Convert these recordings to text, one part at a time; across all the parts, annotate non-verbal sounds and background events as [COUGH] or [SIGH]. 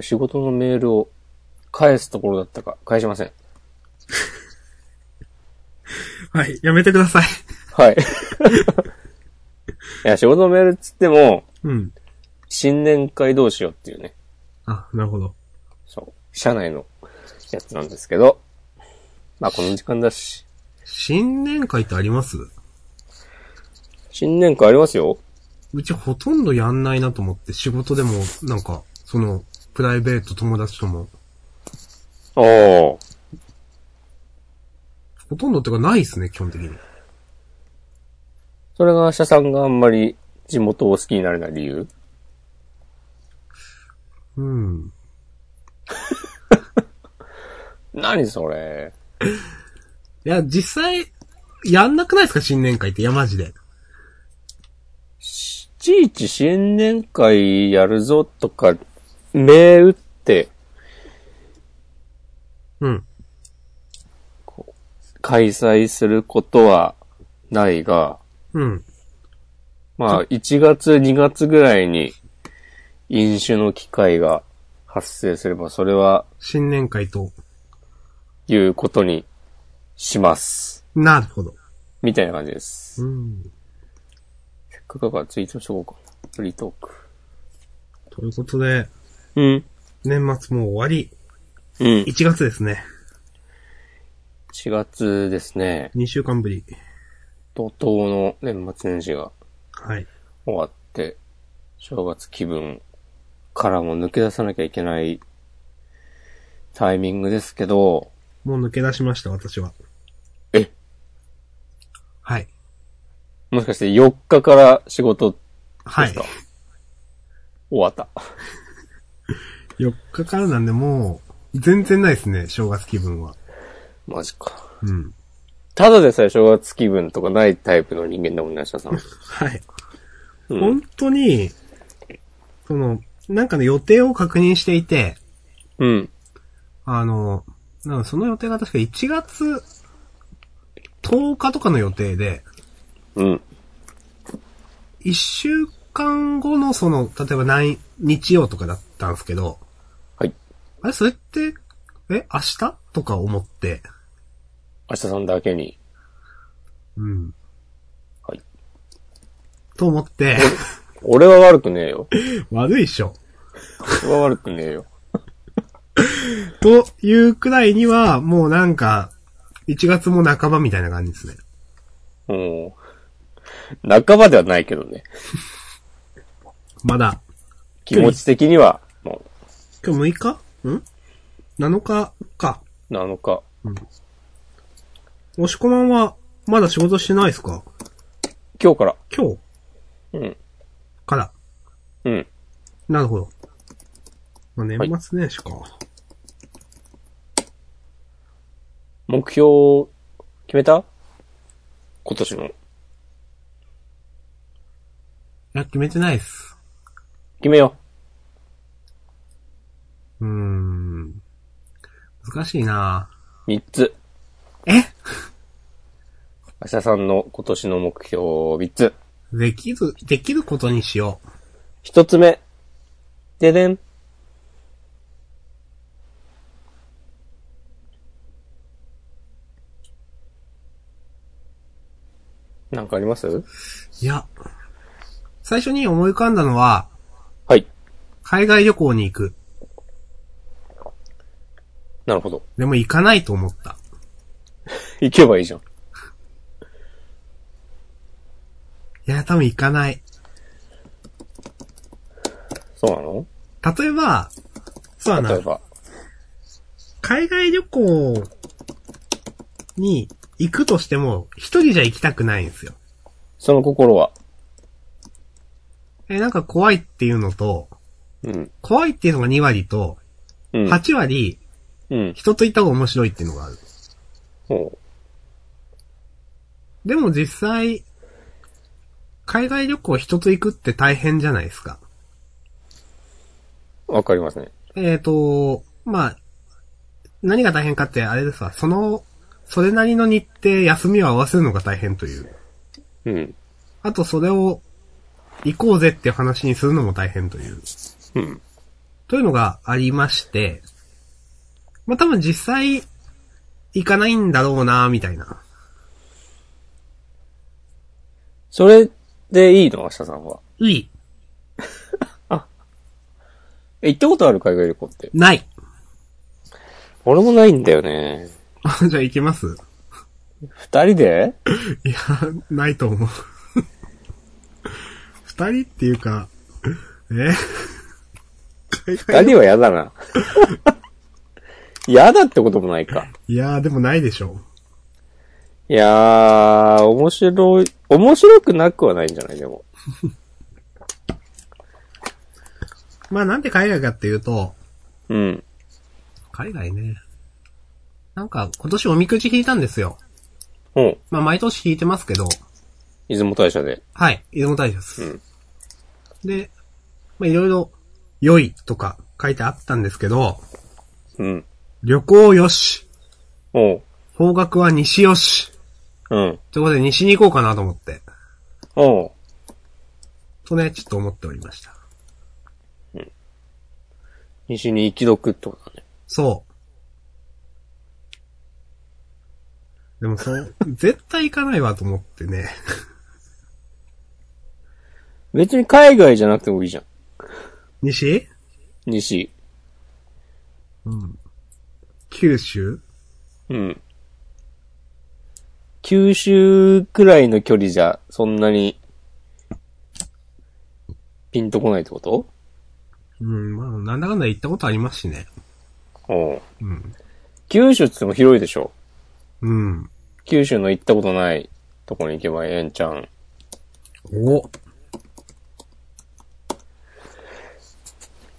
仕事のメールを返すところだったか、返しません。はい、やめてください。はい。 [LAUGHS] いや、仕事のメールっつっても、うん。新年会どうしようっていうね、あ、なるほど。そう、社内のやつなんですけど、まあこの時間だし、新年会ってあります新年会ありますようちほとんどやんないなと思って、仕事でも、なんか、その、プライベート友達とも、ああ。ほとんどってかないですね、基本的に。それが社さんがあんまり地元を好きになれない理由うん。何それいや、実際、やんなくないですか、新年会って。いや、マジで。いちいち新年会やるぞとか、銘打ってうん。開催することはないが、うん。まあ、1月、2月ぐらいに飲酒の機会が発生すれば、それは新年会と。言うことにします。なるほど。みたいな感じです。うん。せっかくだからツイートしとこうか。フリートーク。ということで、うん。年末もう終わり。うん。 1月ですね。 1月ですね。 2週間ぶり。怒涛の年末年始がはい。終わって、正月気分からも抜け出さなきゃいけないタイミングですけど、もう抜け出しました、私は。えはい。もしかして4日から仕事ではすいか、。終わった。 [LAUGHS] 4日からなんで、もう、全然ないですね、正月気分は。マジか。うん。ただでさえ正月気分とかないタイプの人間だもんね、明日さん。はい。うん本当に、その、なんかね、予定を確認していて、うん。あの、なんかその予定が確か1月10日とかの予定で、うん。 1週間後のその、例えば何、日曜とかだったんですけど、はい。あれ、それって、え、明日とか思って、明日さんだけに。うん。はい。と [LAUGHS] 思って、俺は悪くねえよ。悪いっしょ。俺は悪くねえよ。というくらいには、もうなんか、1月も半ばみたいな感じですね。うん。半ばではないけどね。まだ。気持ち的には、もう、今日6日ん ?7 日か。 7日。押し込まんは、まだ仕事してないですか今日から。今日うん。から。うん。なるほど。まあ、年末年始か。目標、決めた今年の。いや、決めてないっす。決めようーん。難しいなう。3つ。え明日さんの今年の目標3つ。できる、できることにしよ1つ目。ででん。なんかありますう。いや。最初に思い浮かんだのは、はい。海外旅行に行く。なるほど。でも行かないと思った。行けばいいじゃん。いや、多分行かない。そうなの例えば、そうだな例え。ば。海外旅行に行くとしても、一人じゃ行きたくないんですよ。その心は。え、なんか怖いっていうのと、うん。怖いっていうのが2割と、うん。 8割、うん。人と行った方が面白いっていうのがある。ほう。でも実際、海外旅行人と行くって大変じゃないですか。わかりますね。えっ、と、まあ、何が大変かってあれですわ、その、それなりの日程、休みを合わせるのが大変という。うん。あとそれを、行こうぜっていう話にするのも大変という。うん。というのがありまして、まあ、多分実際、行かないんだろうな、みたいな。それでいいの明日さんは。うい、え、行ったことある海外旅行って。ない。 [LAUGHS] 俺もないんだよね。あじゃあ行きます二人でいや、ないと思う。 [LAUGHS] 二人っていうか、え [LAUGHS] 二人は嫌だ [LAUGHS] な。嫌だってこともないか。いやーでもないでしょいやー、面白い、面白くなくはないんじゃないでも。まあなんで海外かっていうと、うん。海外ね。なんか今年おみくじ引いたんですよ。もう、まあ毎年引いてますけど、出雲大社で。はい、出雲大社です。うんで、まあいろいろ良いとか書いてあったんですけど、うん。旅行よし、おう。方角は西よし、うん。ということで西に行こうかなと思って、おう。とね、ちょっと思っておりました。西に一読ってことだね。そう。[LAUGHS] でもそう、絶対行かないわと思ってね。別に海外じゃなくてもいいじゃん。西西。うん。九州うん。九州くらいの距離じゃ、そんなに、ピンとこないってことうん、まあ、なんだかんだ行ったことありますしね。おう。うん。九州っつっても広いでしょ。うん。九州の行ったことないとこに行けばええんちゃん。お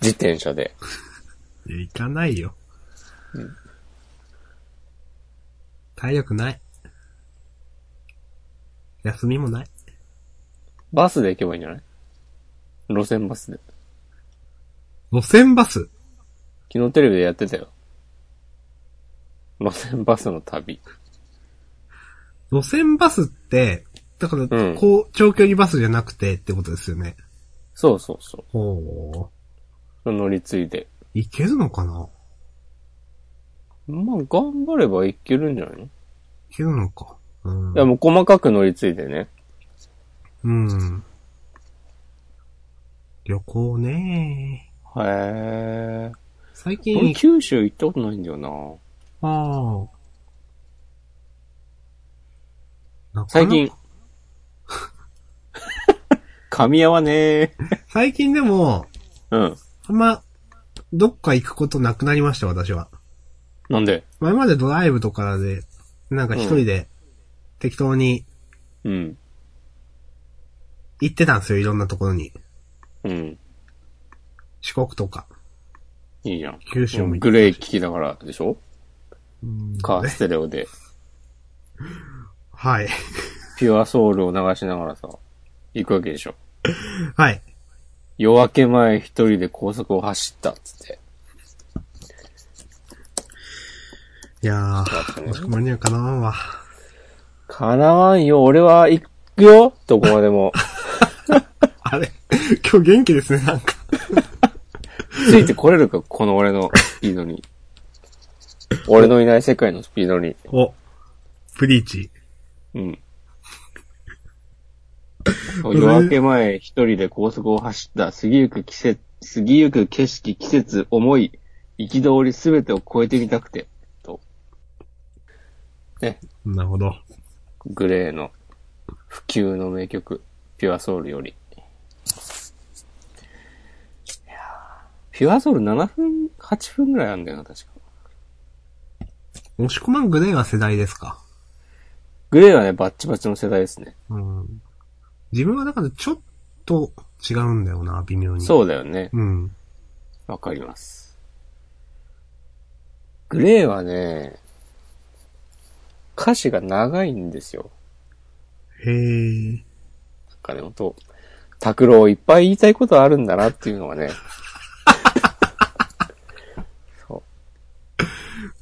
自転車で。いや、行かないよ。体力ない。休みもない。バスで行けばいいんじゃない路線バスで。路線バス昨日テレビでやってたよ。路線バスの旅。路線バスって、だから、うんこう、長距離バスじゃなくてってことですよね。そうそうそう。ほう。乗り継いで。いけるのかなまあ、頑張ればいけるんじゃないのいいけるのか。うん。や、もう細かく乗り継いでね。うん。旅行ねへえ。最俺近、九州行ったことないんだよな。ああ。なかな最。近。 [LAUGHS] 噛み合わねえ。最近でも、うん。あんま、どっか行くことなくなりました、私は。なんで前までドライブとかで、なんか一人で、適当にうん。行ってたんですよ、いろんなところに。うん。四国とか、いいじゃん。九州も行ってグレー聞きながらでしょうんカーステレオで。はい。ピュアソウルを流しながらさ、行くわけでしょ。はい。夜明け前一人で高速を走ったっつって。いやー、もしく間に合うかなわんわ。かなわんよ、俺は行くよどこまでも。あれ今日元気ですね、なんか。 [LAUGHS] ついてこれるか、この俺のスピードに。俺のいない世界のスピードに。お、プリーチ。 [LAUGHS] うん。夜明け前、一人で高速を走った、過ぎゆく季節、過ぎゆく景色、季節、思い、憤りすべてを超えてみたくて、と、なるほど。グレーの普及の名曲、ピュアソウルより。いやーピュアソウル7分、8分ぐらいあるんだよな、確か。押し込まんグレーは世代ですか。グレーはね、バッチバチの世代ですね。うん。自分はだからちょっと違うんだよな、微妙に。う。そうだよね。うん。わかります。グレーはね、歌詞が長いんですよ。へー。なんかね、ほんと、拓郎いっぱい言いたいことあるんだなっていうのがね。そ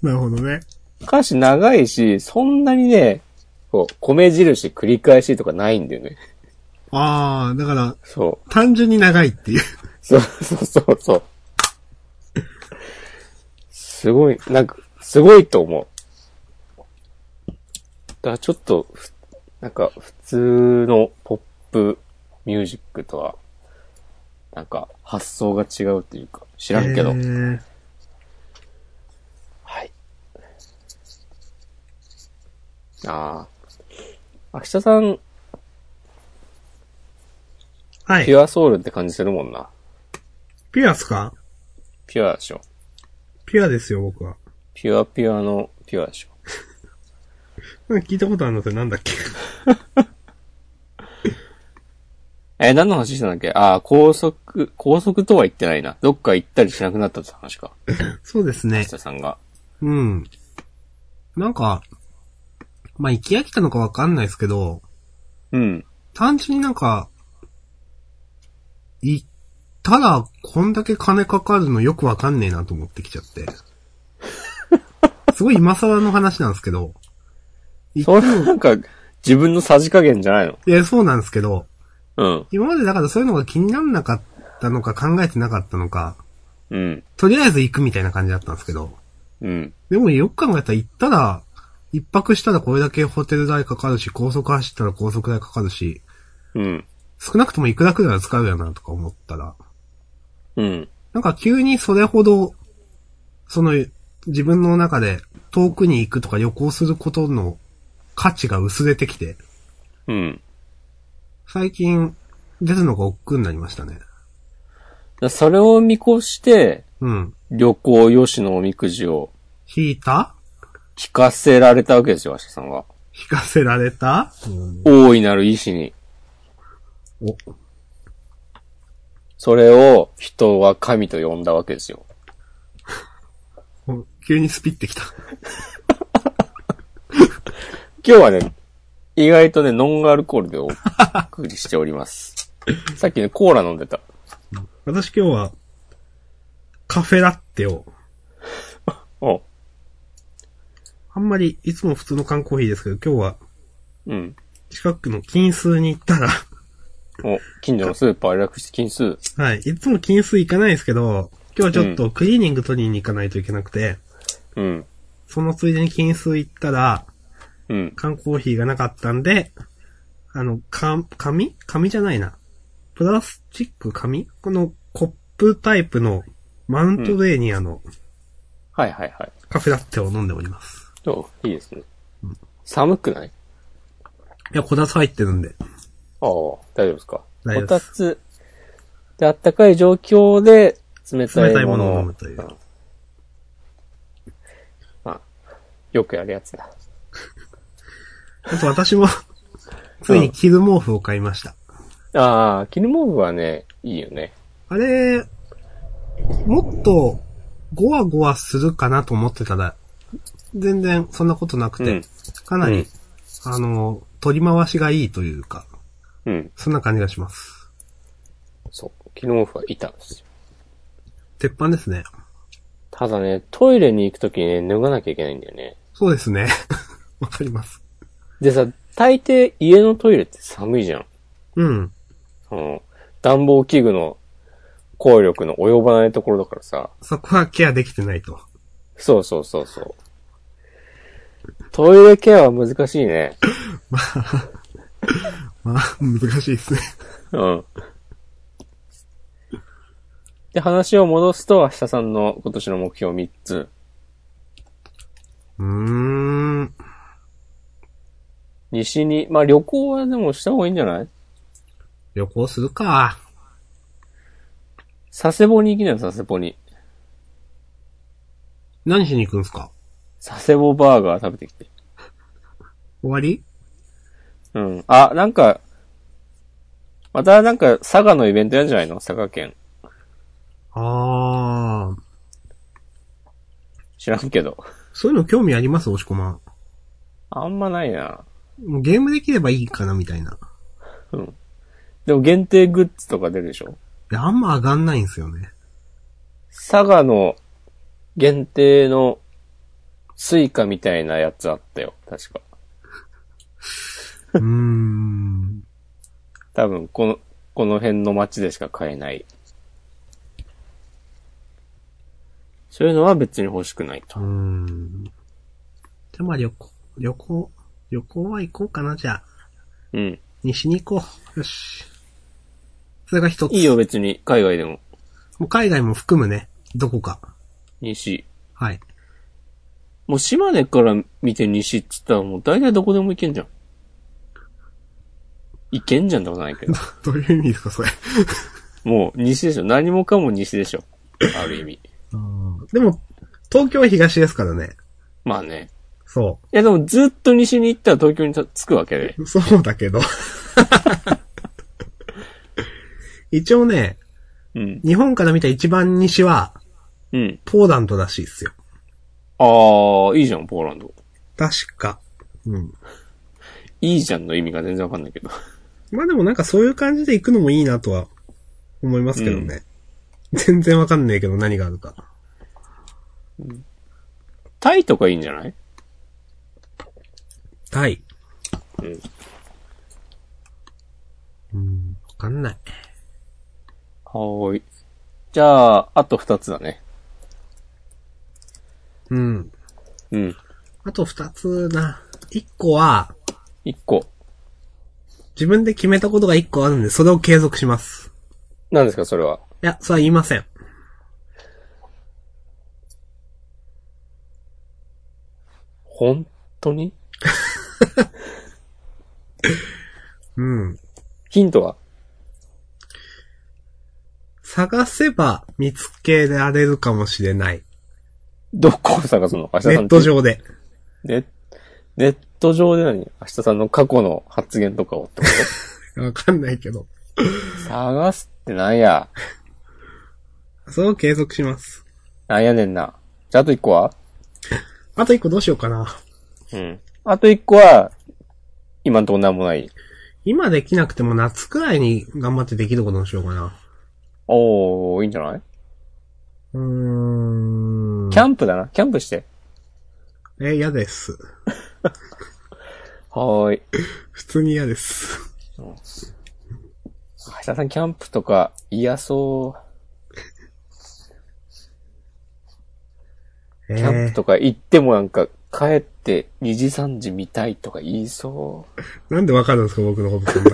なるほどね。う歌詞長いし、そんなにね、こう、米印繰り返しとかないんだよね。あー、だから、そう。単純に長いっていう。そうそうそうそう。すごい、なんか、すごいと思う。だからちょっとふ、なんか、普通のポップミュージックとは、なんか、発想が違うっていうか、知らんけど。えーはい。ああ。明日さん、はい。ピュアソウルって感じするもんな。ピュアっすかピュアでしょ。ピュアですよ、僕は。ピュアピュアのピュアでしょ。うん聞いたことあるのってなんだっけえー何の話してたんだっけああ、高速、高速とは言ってないな。どっか行ったりしなくなったって話か。そうですね明。日さんが。うん。なんか、まあ、行き飽きたのかわかんないですけど、うん。単純になんか、行ったらこんだけ金かかるのよくわかんねえなと思ってきちゃって。すごい今更の話なんですけど、行それなんか、自分のさじ加減じゃないのいや、そうなんですけど、うん。今までだからそういうのが気にならなかったのか考えてなかったのか、うん。とりあえず行くみたいな感じだったんですけど、うん。でもよく考えたら行ったら、一泊したらこれだけホテル代かかるし、高速走ったら高速代かかるし、うん。少なくともいくらくらいは使うやなとか思ったら、うん。なんか急にそれほど、その、自分の中で遠くに行くとか旅行することの価値が薄れてきて、うん。最近出るのが億劫になりましたね。だそれを見越して、うん。旅行よしのおみくじを引いた聞かせられたわけですよ、明日さんは。引かせられた、大いなる意志に。お、それを人は神と呼んだわけですよ。お急にスピってきた。今日はね、意外とね、ノンアルコールでお送りしております。 [LAUGHS] さっきね、コーラ飲んでた。私今日は、カフェラッテを、おあんまりいつも普通の缶コーヒーですけど、今日はうん。近くの金数に行ったら、 [LAUGHS] お、近所のスーパー略して金数。はい。いつも金数行かないですけど、今日はちょっとクリーニング取りに行かないといけなくて、うん。そのついでに金数行ったら、うん。缶コーヒーがなかったんで、あの、か、紙紙じゃないな。プラスチック紙このコップタイプのマウントレーニアのはいはいはい。カフェラッテを飲んでおります。どういいですね。寒くないいや、こたつ入ってるんで。ああ、大丈夫ですか。大丈夫こですたつで、あったかい状況で、冷た冷たいいももののを。を飲むといううんまあ、よくやるやつだ。あと私も、 [LAUGHS] ついに着る毛布を買いました。ああ、絹毛布はね、いいよね。あれ、もっと、ゴワゴワするかなと思ってたら、全然そんなことなくうて、ん。かなり、うんあの、取り回しがいいというか、うん。そんな感じがします。そう。絹毛布は板ですよ。鉄板ですね。ただね、トイレに行くときにね、脱がなきゃいけないんだよね。そうですね。 [LAUGHS] わかります。でさ、大抵家のトイレって寒いじゃん。うん。その、暖房器具の効力の及ばないところだからさ。そこはケアできてないと。そうそうそうそう。トイレケアは難しいね。まあ、難しいですね。うん。で、話を戻すと、明日さんの今年の目標3つ。うーん。西に、まあ旅行はでもした方がいいんじゃない旅行するか。佐世保に行きなよ、佐世保に。何しに行くんすか佐世保バーガー食べてきて。終わりうん。あ、なんか、またなんか佐賀のイベントやんじゃないの佐賀県。あー。知らんけど。そういうの興味あります押し込まん。あんまないな。もうゲームできればいいかな、みたいな。うん。でも限定グッズとか出るでしょで、あんま上がんないんですよ [LAUGHS] ね。佐賀の限定のスイカみたいなやつあったよ。確か。うーん。多分、この、この辺の街でしか買えない。そういうのは別に欲しくないとう。ん。じゃあまあ旅行、旅行、旅行は行こうかな、じゃあ。うん。西に行こう。よし。それが一つ。いいよ、別に。海外でも。もう海外も含むね。どこか。西。はい。もう島根から見て西って言ったらもう大体どこでも行けんじゃん。行けんじゃんってことないけ [LAUGHS] ど。 [LAUGHS] どういう意味ですか、それ。もう西でしょ。何もかも西でしょ。ある意味。でも、東京は東ですからね。まあね。そいやでもずっと西に行ったら東京にた着くわけで。う。そうだ [LAUGHS] けど。一応ね、うん。日本から見た一番西は、うん。ポーランドらしいっすよ。ああ、いいじゃん、ポーランド。確か。うん。いいじゃんの意味が全然わかんないけど。まあでもなんかそういう感じで行くのもいいなとは思いますけどね。全然わかんないけど何があるか。タイとかいいんじゃないタイ。うん。うん。わかんない。はーい。じゃあ、あと二つだね。うん。うん。あと二つな。一個は、一個。自分で決めたことが一個あるんで、それを継続します。何ですか、それは。いや、それは言いません。本当にうん。ヒントは探せば見つけられるかもしれない。どこを探すの明日さんネット。上で。ネネット上で何明日さんの過去の発言とかをってこわかんないけど。と探すってなんや。それを継続します。なんやねんな。じゃあ、あと一個はあと一個どうしようかな。うん。あと一個は、今んとこなんもない。今できなくても夏くらいに頑張ってできることにしようかな。おー、いいんじゃないうーん。キャンプだな。キャンプして。え、嫌です。はーい。普通に嫌です。橋田さん、キャンプとか、嫌そえう。キャンプとか行ってもなんか、帰って2時3時見たいとか言いそう。なんでわかるんですか、僕のことそんな。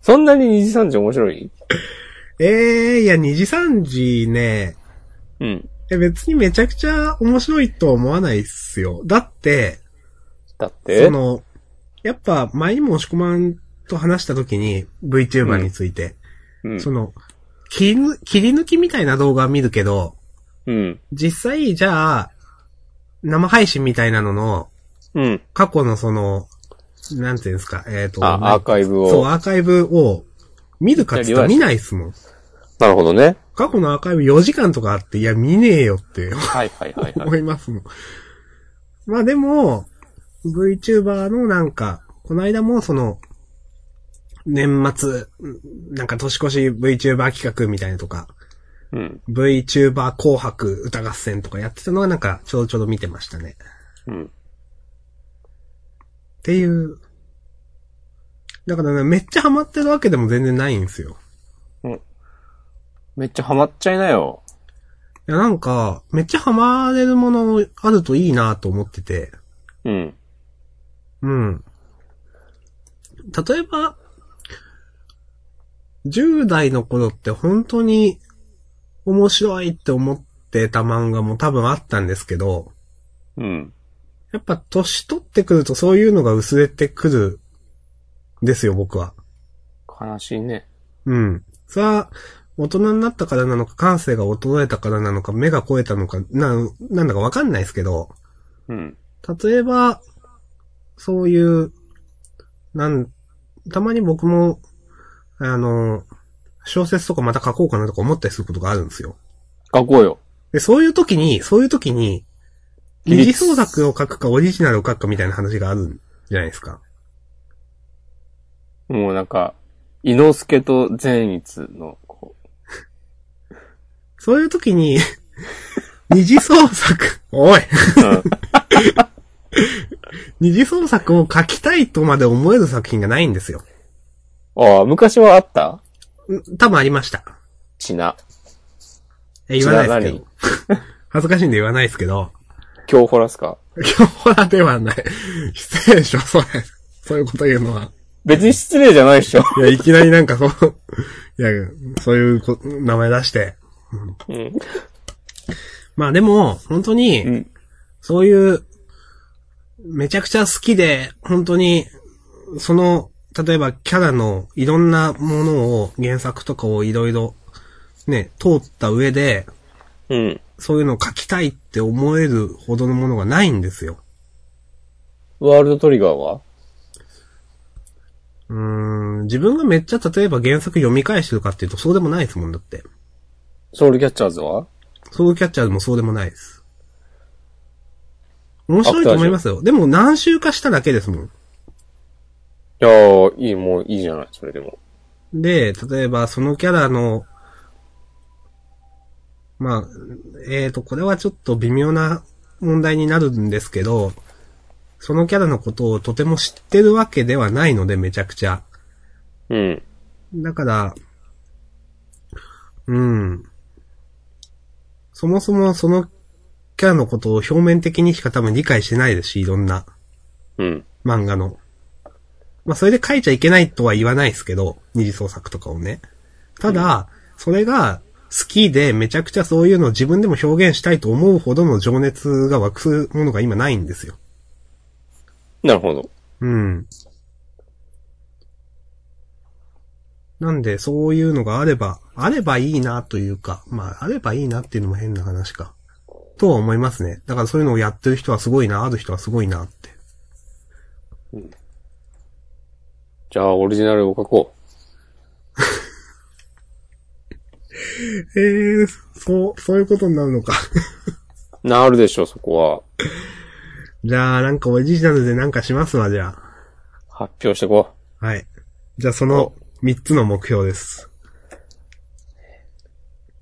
そんなに2時3時面白い [LAUGHS] ええいや、2時3時ね、うん。え、別にめちゃくちゃ面白いとは思わないっすよ。だって、だってその、やっぱ前にも押し込まんと話した時に VTuber について、うん。その、切りぬ切り抜きみたいな動画は見るけど、うん。実際じゃあ、生配信みたいなのの、うん。過去のその、なんていうんですか、えっ、と、あ、アーカイブそう、を。アーカイブを見るかって言ったら見ないっすもん。なるほどね。過去のアーカイブ4時間とかあって、いや、見ねえよってはいはいはいは思い。いますもん。まあでも、VTuber のなんか、この間もその、年末、うんなんか年越し VTuber 企画みたいなとか、うん。 VTuber 紅白歌合戦とかやってたのはなんか、ちょうどちょうど見てましたね。うん。っていう。だからね、めっちゃハマってるわけでも全然ないんですよ。めっちゃハマっちゃいなよ。いや、なんか、めっちゃハマれるものあるといいなと思ってて。うん。うん。例えば、10代の頃って本当に面白いって思ってた漫画も多分あったんですけど、うん。やっぱ年取ってくるとそういうのが薄れてくるんですよ、僕は。悲しいね。うん。それは、大人になったからなのか、感性が衰えたからなのか、目が肥えたのか、な、なんだかわかんないですけど、うん。例えば、そういう、なん、たまに僕も、あの、小説とかまた書こうかなとか思ったりすることがあるんですよ。書こうよ。で、そういう時に、そういう時に、比二率次創作を書くかオリジナルを書くかみたいな話があるんじゃないですか。もうなんか、伊之助と善逸の、こ。そういう時に、 [LAUGHS] 二次創作、おいううん。二次創作を書きたいとまで思える作品がないんですよ。 [LAUGHS] ああ、昔はあったん多分ありました。ちな。え、言わないですけど。恥ずかしいんで言わないですけど、今日ホラっすか [LAUGHS] 今日ほらではない。失礼でしょ、それ。そういうこと言うのは。別に失礼じゃないでしょ。いや、いきなりなんかそう、いや、そういうこ名前出して。うん。まあでも、本当うに、ん。そういう、めちゃくちゃ好きで、本当に、その、例えばキャラのいろんなものを、原作とかをいろいろ、ね、通った上で、うん。そういうのを書きたいって思えるほどのものがないんですよ。ワールドトリガーはうーん、自分がめっちゃ例えば原作読み返してるかっていうとそうでもないですもんだって。ソウルキャッチャーズはソウルキャッチャーでもそうでもないです。面白いと思いますよ。でも何週かしただけですもん。いやー、いい、もういいじゃない、それでも。で、例えばそのキャラの、まあ、えーと、これはちょっと微妙な問題になるんですけど、そのキャラのことをとても知ってるわけではないので、めちゃくちゃ。うん。だから、うん。そもそもそのキャラのことを表面的にしか多分理解してないですし、いろんなうん。漫画の。まあそれで書いちゃいけないとは言わないですけど、二次創作とかをね。ただ、それが好きでめちゃくちゃそういうのを自分でも表現したいと思うほどの情熱が湧くものが今ないんですよ。なるほど。うん。なんで、そういうのがあれば、あればいいなというか、まあ、あればいいなっていうのも変な話か。とは思いますね。だからそういうのをやってる人はすごいな、ある人はすごいなって。じゃあ、オリジナルを書こええそう、そういうことになるのか。う。なるでしょ、そこ [LAUGHS] じゃあ、なんかオリジナルでなんかしますわ、じゃは。発表してこあ。はい。じゃあ、その3つの目標です。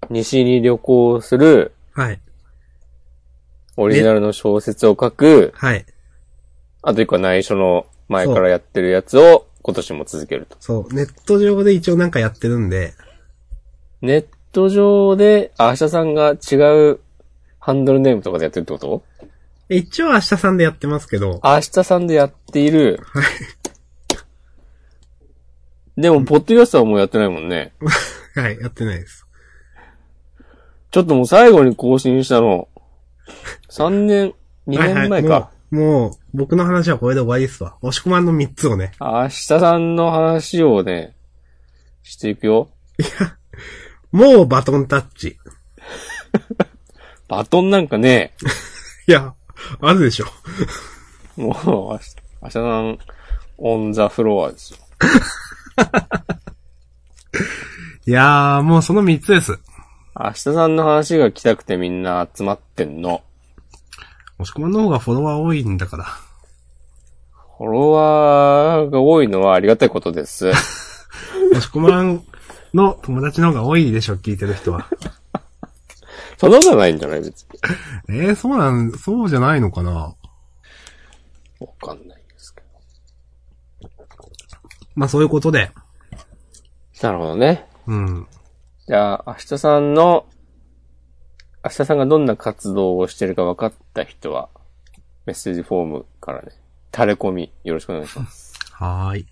う。西に旅行する、はい。オリジナルの小説を書く、はい。あと一個は内緒の前からやってるやつを今年も続けると。そう、ネット上で一応なんかやってるんで、ネット上で、あ、明日さんが違うハンドルネームとかでやってるってこと一応明日さんでやってますけど、明日さんでやっている。でも、ポッドキャストはもうやってないもんね。はい、やってないです。ちょっともう最後に更新したの、3年、2年前か。はいはい、もう、もう僕の話はこれで終わりですわ。押し込まんの3つをね。明日さんの話をね、していくよ。もうバトンタッチ。バトンなんかね、いや、あるでしょ。もう明日、明日さん、オンザフロアですよ。いやー、もうその3つです。明日さんの話が来たくてみんな集まってんの。押し込まんの方がフォロワー多いんだから。フォロワーが多いのはありがたいことです。押し込まんの友達の方が多いでしょ、聞いてる [LAUGHS] 人は。そんなことはないんじゃない別に。えー、そうなん、そうじゃないのかなわかんないですけまあそういうことで。ど。なるほどね。うん。じゃあ、明日さんの、明日さんがどんな活動をしてるか分かった人は、メッセージフォームからね、垂れ込みよろしくお願いします。はーい。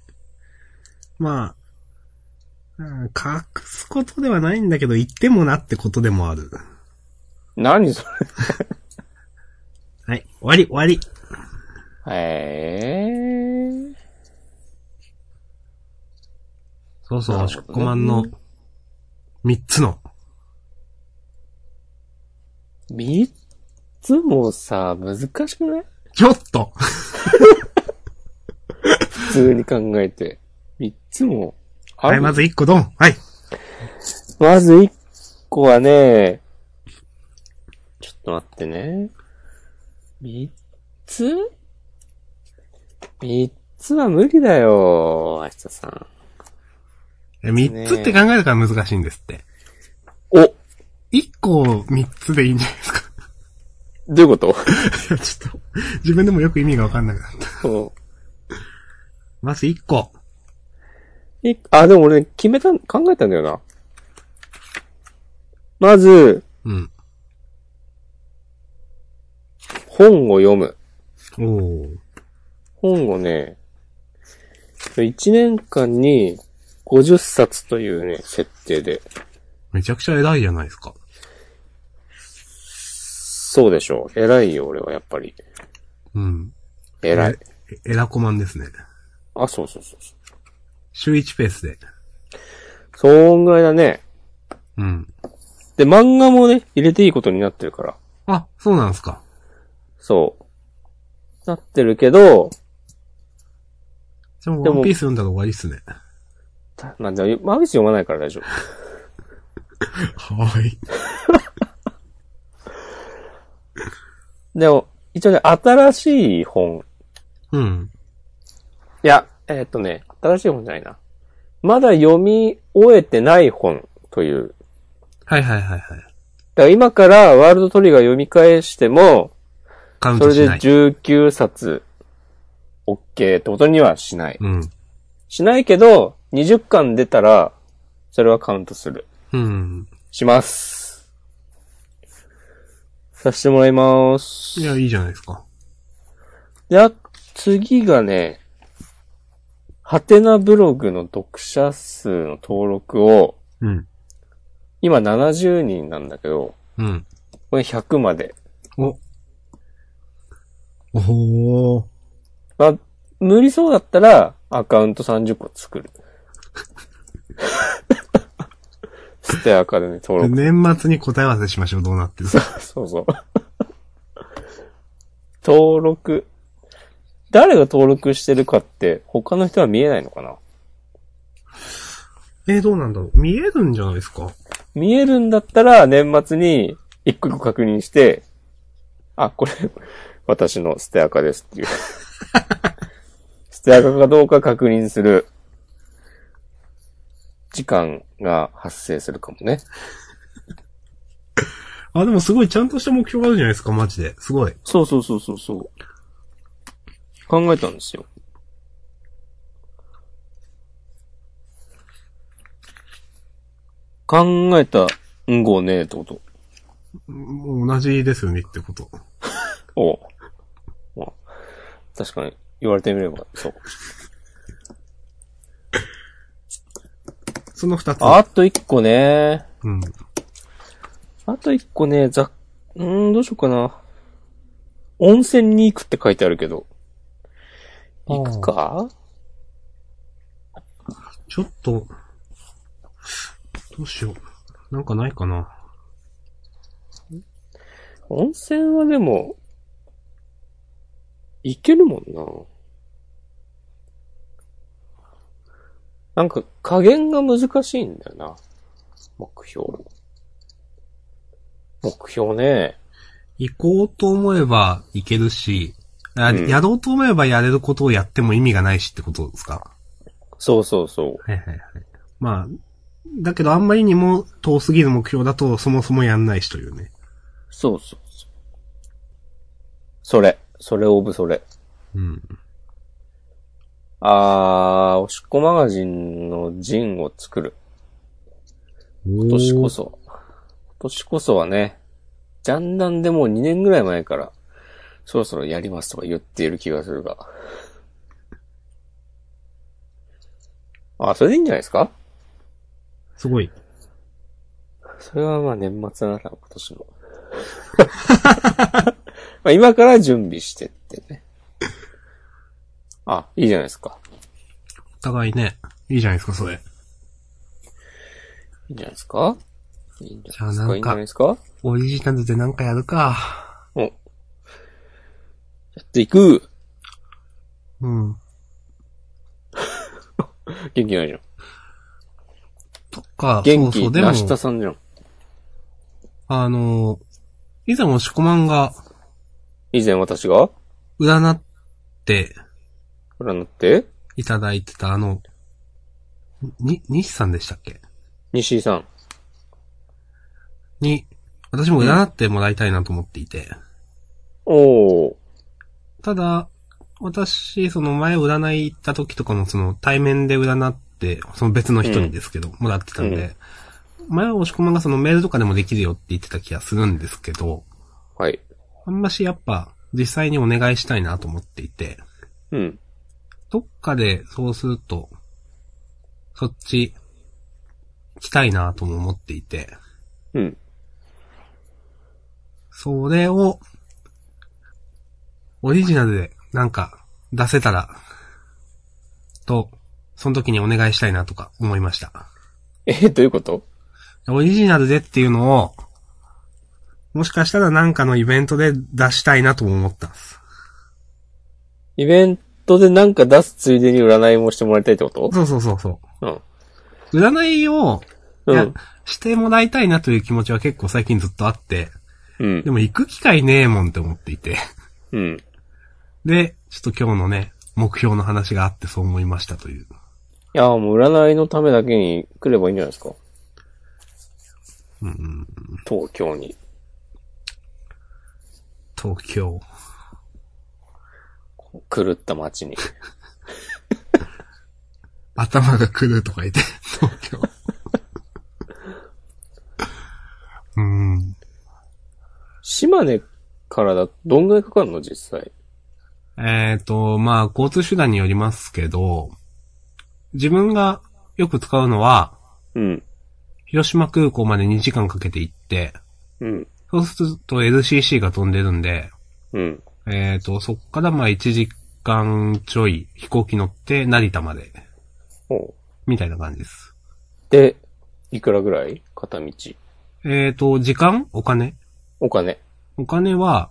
まあ、うん隠すことではないんだけど、言ってもなってことでもある。何それはい。終わり、終わり。えー、そうそう、な押るしほどね込まんの3つの。三つもさ、難しくないちょっと普通に考えて。三つもあはる。い、まず1個ドンはい。まず一個はね、ちょっと待ってね。三つ三つは無理だよ、明日さん。 3つって考えるから難しいんですって。おど1個を3つでいいんじゃないですか。ういうこといやちょっと、 [LAUGHS] 自分でもよく意味がわかんなくなった。そまず1個。ういあ、でも俺ね、決めた、考えたんだよな。まず、うん。本を読む。おー。本をね、1年間に50冊というね、設定で。めちゃくちゃ偉いじゃないですか。そうでしょう。偉いよ、俺はやっぱり。うん。偉い。え。エラコマンですね。あ、そうそうそうそう。週1ペースで。そんぐらいだね。うん。で、漫画もね、入れていいことになってるから。あ、そうなんですか。そう。なってるけど、でも、でワもンピース読んだら終わりっすね。たまあ、でも、マウス読まないから大丈夫。はい。でも、一応ね、新しい本。うん。いや、えーっとね、新しい本じゃないな。まだ読み終えてない本という。はいはいはいはい。だから今からワールドトリガー読み返しても、カウンそトれしでない。 19冊、OK ってことにはしない。うん。しないけど、20巻出たら、それはカウントする。うん。します。させてもらいます。いや、いいじゃないですか。で、あ、次がね、ハテナブログの読者数の登録を、うん。今70人なんだけど、うん。これ100まで。お。おほー。まあ、無理そうだったら、アカウント30個作 [LAUGHS] る。ステアカでね、登録。年末に答え合わせしましょう、どうなってるか。 [LAUGHS] そうそう。登録。誰が登録してるかって、他の人は見えないのかなえー、どうなんだろう。見えるんじゃないですか。見えるんだったら、年末に一個一個確認して、あ、これ、私のステアカですっていう。ステアカかどうか確認する時間が発生するかもね。あ、でもすごいちゃんとした目標があるじゃないですか、マジで。すごい。そうそうそうそうそう。考えたんですよ。考えたんごねえってこと。もう同じですよねってこと。おうまあ、確かに、言われてみれば、そう。その二つ。あと一個ね。うん。あと一個ね、ざっ、うーん、どうしようかな。温泉に行くって書いてあるけど。行くかちょっと、どうしよう。なんかないかな。温泉はでも、行けるもんな。なんか、加減が難しいんだよな。目標。目標ね。行こうと思えば行けるし、あうんやろうと思えばやれることをやっても意味がないしってことですか。そうそうそう。はいはいはい。まあ、だけどあんまりにも遠すぎる目標だとそもそもやんないしというね。そうそうそう。それ。それオブそれ。うん。あー、おしっこマガジンのジンを作る。今今年こ。そ。今年こそはね、ジャンダンでもう2年ぐらい前から、そろそろやりますとか言っている気がするが。あ、それでいいんじゃないですかすごい。それはまあ年末だな、今年 [LAUGHS] の。まあ今から準備してってね。あ、いいじゃないですか。お互いね。いいじゃないですか、それ。いいんじゃないですかいいんじゃないですじゃあなかいいんかんじゃないですかオリジナルでなんかやるか。お。やっていくうん。元気ないじゃん。とか、元そうそ気う、でなも、明日さんじゃん。あの、以前押し込まんが以前私が占って占って、いただいてたあの、に、西さんでしたっけ西井さん。に、私も占ってもらいたいなと思っていて。おー。ただ、私、その前占い行った時とかもその対面で占って、その別の人にですけど、もらってたんで、前は押し込まんがそのメールとかでもできるよって言ってた気がするんですけど、はい。あんましやっぱ実際にお願いしたいなと思っていて、うん。どっかでそうすると、そっち、来たいなとも思っていて、うん。それを、オリジナルでなんか出せたら、と、その時にお願いしたいなとか思いました。 [LAUGHS] え、どういうことオリジナルでっていうのを、もしかしたらなんかのイベントで出したいなとも思ったんです。イベントでなんか出すついでに占いもしてもらいたいってことそうそうそうそうん。う。占いを、いうやん。してもらいたいなという気持ちは結構最近ずっとあって、うんで。も行く機会ねえもんって思っていて。うん。で、ちょっと今日のね、目標の話があってそう思いましたという。いや、もう占いのためだけに来ればいいんじゃないですか。うんうん、東京に。東京。狂った街に。頭が狂うとか言って、東京。うん。島根からだとどんぐらいかかるの実際。えっ、と、まあ、交通手段によりますけど、自分がよく使うのは、うん。広島空港まで2時間かけて行って、うん。そうすると LCC が飛んでるんで、うん。えっ、と、そっからまあ1時間ちょい飛行機乗って成田まで、ほう。みたいな感じです。で、いくらぐらい片道。えっ、と、時間お金お金。お金は、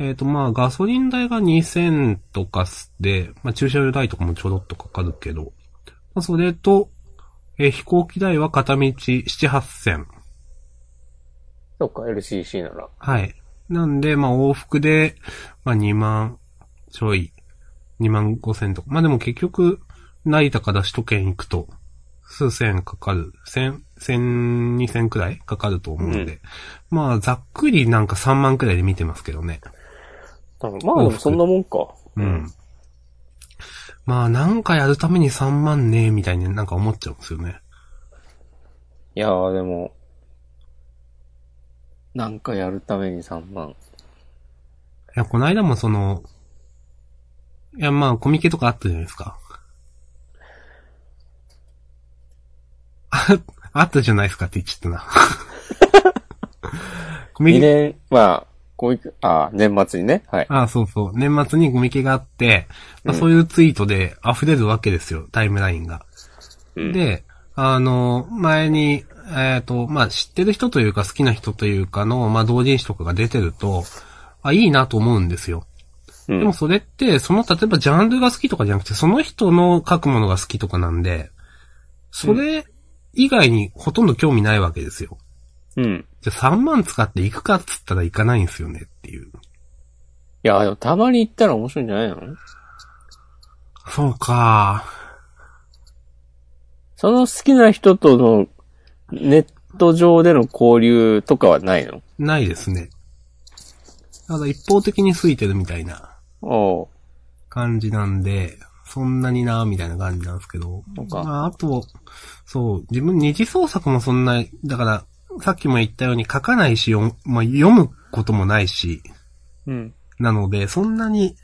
えっ、とまあガソリン代が2000とかで、まあ駐車場代とかもちょろっとかかるけど、まあそれと、えー飛行機代は片道7、8000。そっか、LCC なら。はい。なんで、まあ往復で、まあ2万ちょい、2万5千とか。まあでも結局、成田から首都圏行くと、数千かかる。千、千、二千くらいかかると思うんで。まあざっくりなんか3万くらいで見てますけどね。なるほどまあ、でもそんなもんか。うん。まあなんかやるために3万ね、みたいになんか思っちゃうんですよね。いやー、でも、なんかやるために3万。いや、この間もその、いやまあコミケとかあったじゃないですか。あ、あったじゃないですかって言っち [LAUGHS] ゃったな。コミ2ケ、年、まあ、こういく、あー年末にね。はい。あそうそう。年末にコミケがあって、まあ、うんそういうツイートで溢れるわけですよ、タイムラインが。うん、で、あの、前に、えっ、と、まあ、知ってる人というか好きな人というかの、まあ、同人誌とかが出てると、あ、いいなと思うんですよ。うでもん。それって、その、例えばジャンルが好きとかじゃなくて、その人の書くものが好きとかなんで、それ以外にほとんど興味ないわけですよ。うん。じゃあ3万使って行くかっつったら行かないんですよねっていう。いやー、でもたまに行ったら面白いんじゃないのそうか。その好きな人とのネット上での交流とかはないのないですね。ただ一方的についてるみたいな。おう感じなんで、そんなになみたいな感じなんですけど。そうかまあ、あと、そう、自分二次創作もそんな、だから、さっきも言ったように書かないし、読むまあ、読むこともないし、うん。なので、そんなに、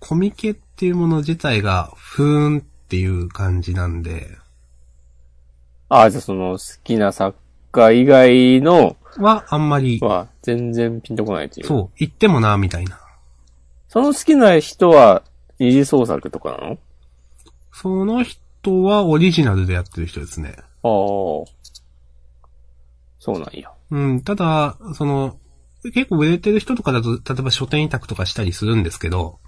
コミケっていうもの自体が、ふーんっていう感じなんで、ああ、じゃあその好きな作家以外のは、あんまり、は全然ピンとこないっていう。そう、言ってもなみたいな。その好きな人は二次創作とかなのその人はオリジナルでやってる人ですね。ああ。そうなんや。うん、ただ、その、結構売れてる人とかだと、例えば書店委託とかしたりするんですけど、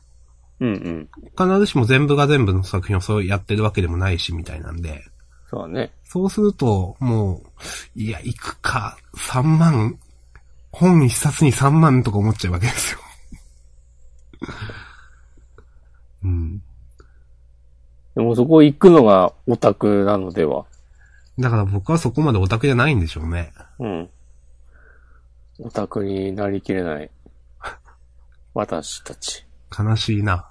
うんうん。必ずしも全部が全部の作品をそうやってるわけでもないし、みたいなんで。そうだね。そうすると、もう、いや、行くか、3万、本一冊に3万とか思っちゃうわけですよ。 [LAUGHS] うん。でもそこ行くのがオタクなのでは。だから僕はそこまでオタクじゃないんでしょうね。うん。オタクになりきれない。 [LAUGHS] 私たち。悲しいな。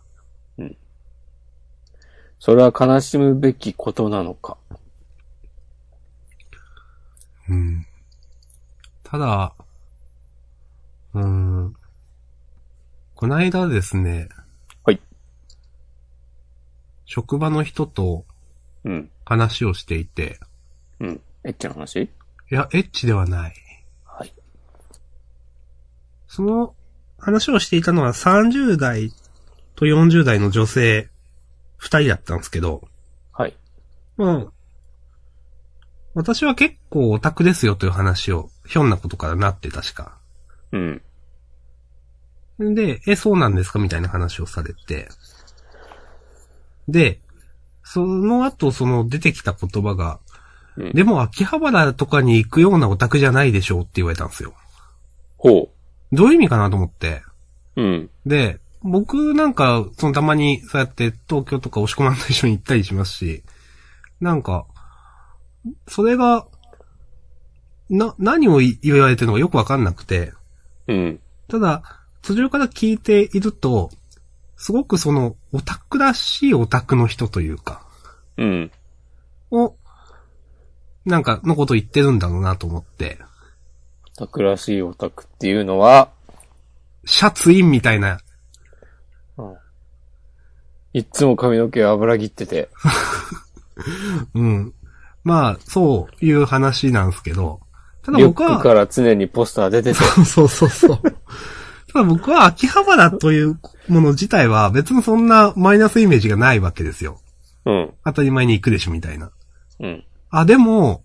それは悲しむべきことなのか。うん。ただ、うーん。こないだですね。はい。職場の人とうん。話をしていて、うん。エッチな話いや、エッチではない。はい。その話をしていたのは30代と40代の女性2人だったんですけど、はい。まあ、私は結構オタクですよという話を、ひょんなことからなって確か。うん。で、え、そうなんですかみたいな話をされて。で、その後、その出てきた言葉が、うんでも秋葉原とかに行くようなオタクじゃないでしょうって言われたんですよ。ほどういう意味かなと思って。う。うん。で、僕なんか、そのたまにそうやって東京とか押し込まんと一緒に行ったりしますし、なんか、それが、な、何をい言われてるのかよくわかんなくて、うん。ただ、途中から聞いていると、すごくその、オタクらしいオタクの人というか、うん。を、なんか、のこと言ってるんだろうなと思って、オタクらしいオタクっていうのは、シャツインみたいな、いっつも髪の毛油切ってて。うん。まあ、そういう話なんですけど、ただリュ僕ッはク、から常にポスター出てて。 [LAUGHS] そうそうそう。ただ僕は秋葉原というもの自体は別にそんなマイナスイメージがないわけですよ。うん。当たり前に行くでしょみたいな。うん。あ、でも、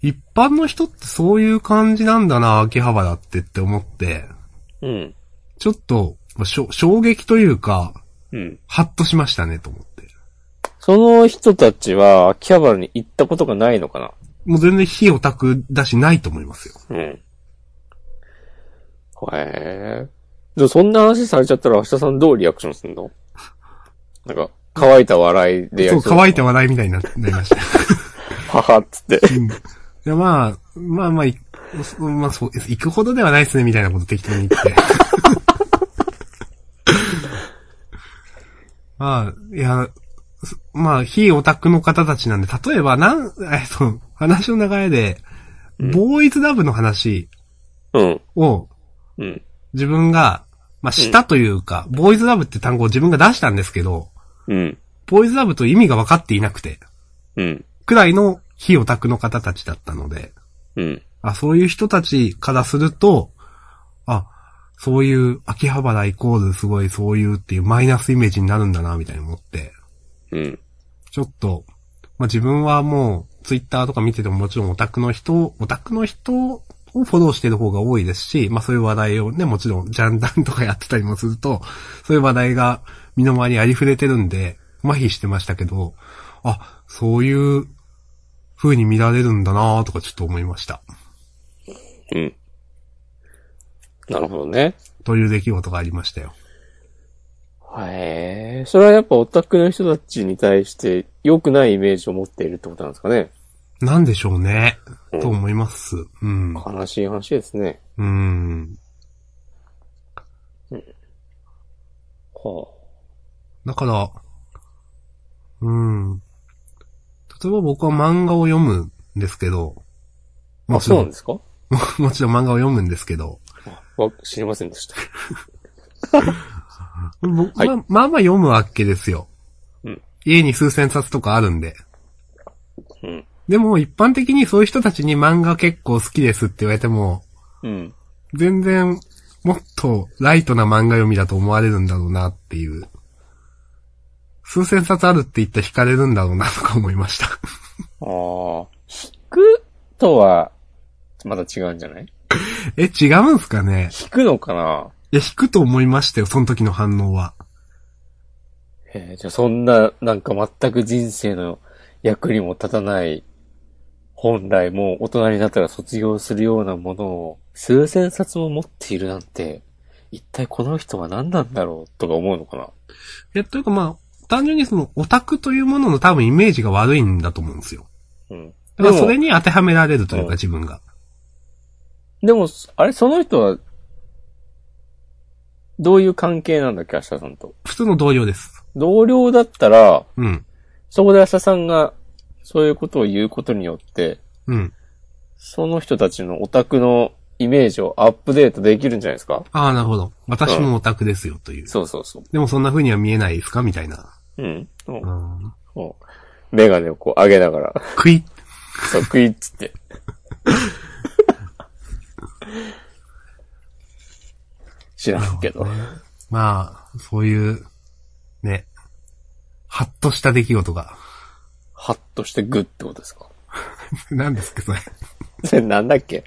一般の人ってそういう感じなんだな、秋葉原ってって思って、うん。ちょっと、まあしょ衝撃というか、うん。ハッとしましたねと思って。その人たちは、秋葉原に行ったことがないのかなもう全然非オタクだしないと思いますよ。うん。へえ。でもそんな話されちゃったら、明日さんどうリアクションす [LAUGHS] るのなんか、乾いた笑いでやそう、り乾いた。て笑いみたいにななりました。 [LAUGHS] ははっつって。うん。いや、まあ、まあまあ、いそまあそう、行くほどではないですね、みたいなこと適当に言って。まあ、いや、そまあ、非オタクの方たちなんで、例えば、なん、えっと、話の流れで、ボーイズラブの話 [LAUGHS] うん。をうん。自分が、まあ、したというか、ボーイズラブって単語を自分が出したんですけど、うん。ボーイズラブという意味が分かっていなくて、うん。くらいの非オタクの方たちだったので、うん。あ、そういう人たちからすると、あ、そういう秋葉原イコールすごいそういうっていうマイナスイメージになるんだな、みたいに思って、うん。ちょっと、まあ、自分はもうツイッターとか見ててももちろんオタクの人、オタクの人をフォローしてる方が多いですし、まあそういう話題をね、もちろんジャンダンとかやってたりもすると、そういう話題が身の回りにありふれてるんで、麻痺してましたけど、あ、そういう風に見られるんだなとかちょっと思いました。うん。なるほどね。という出来事がありましたよ。へえ。それはやっぱオタクの人たちに対して良くないイメージを持っているってことなんですかね。なんでしょうね。うんと思います。うん。悲しい話ですね。うん。はだから、うん。例えば僕は漫画を読むんですけど、あ。あ、もちそうろなんん、ですか [LAUGHS] もちろん漫画を読むんですけど、わ、知りませんでした。僕はいは、まあまあ読むわけですよ。うん家に数千冊とかあるんで。うん。でも一般的にそういう人たちに漫画結構好きですって言われても、うん。全然、もっとライトな漫画読みだと思われるんだろうなっていう。数千冊あるって言ったら惹かれるんだろうなとか思いました。 [LAUGHS] ああ。引くとは、また違うんじゃないえ、違うんすかね引くのかないや、引くと思いましたよ、その時の反応は。えーじゃあそんな、なんか全く人生の役にも立たない、本来もう大人になったら卒業するようなものを数千冊も持っているなんて、一体この人は何なんだろうとか思うのかないや、というかまあ、単純にそのオタクというものの多分イメージが悪いんだと思うんですよ。うん。だからでもそれに当てはめられるといううんか、自分が。でも、あれ、その人は、どういう関係なんだっけ、明日さんと。普通の同僚です。同僚だったら、うん。そこで明日さんが、そういうことを言うことによって、うん。その人たちのオタクのイメージをアップデートできるんじゃないですかああ、なるほど。私もオタクですよ、という。そうそうそう。でもそんな風には見えないですかみたいな。うん。うんうん。こうメガネをこう上げながら、 [LAUGHS] クイッそう、クイッ [LAUGHS] つって。知らんけど。まあ、そういう、ね。はっとした出来事 [LAUGHS] が。ハッとしてグッってことですか [LAUGHS] 何ですか、それ。それなんだっけ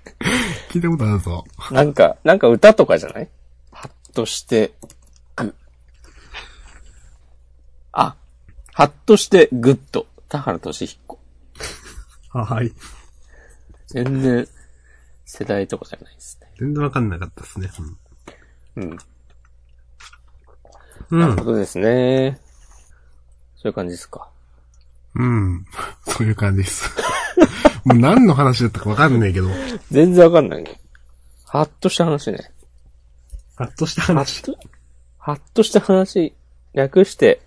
聞いたことあるぞ。なんか、なんか歌とかじゃないハッとして、グッ。あ、ハッとしてグッと。田原俊彦。はい。全然、世代とかじゃないですね。全然わかんなかったですね。うん。うなるんほ。どですね。そういう感じですか。うん。そういう感じです。 [LAUGHS] もう何の話だったかわかんないけど。全然わかんないね。ハッとした話ね。はっとしたハッ。と、ハッとした話、略して、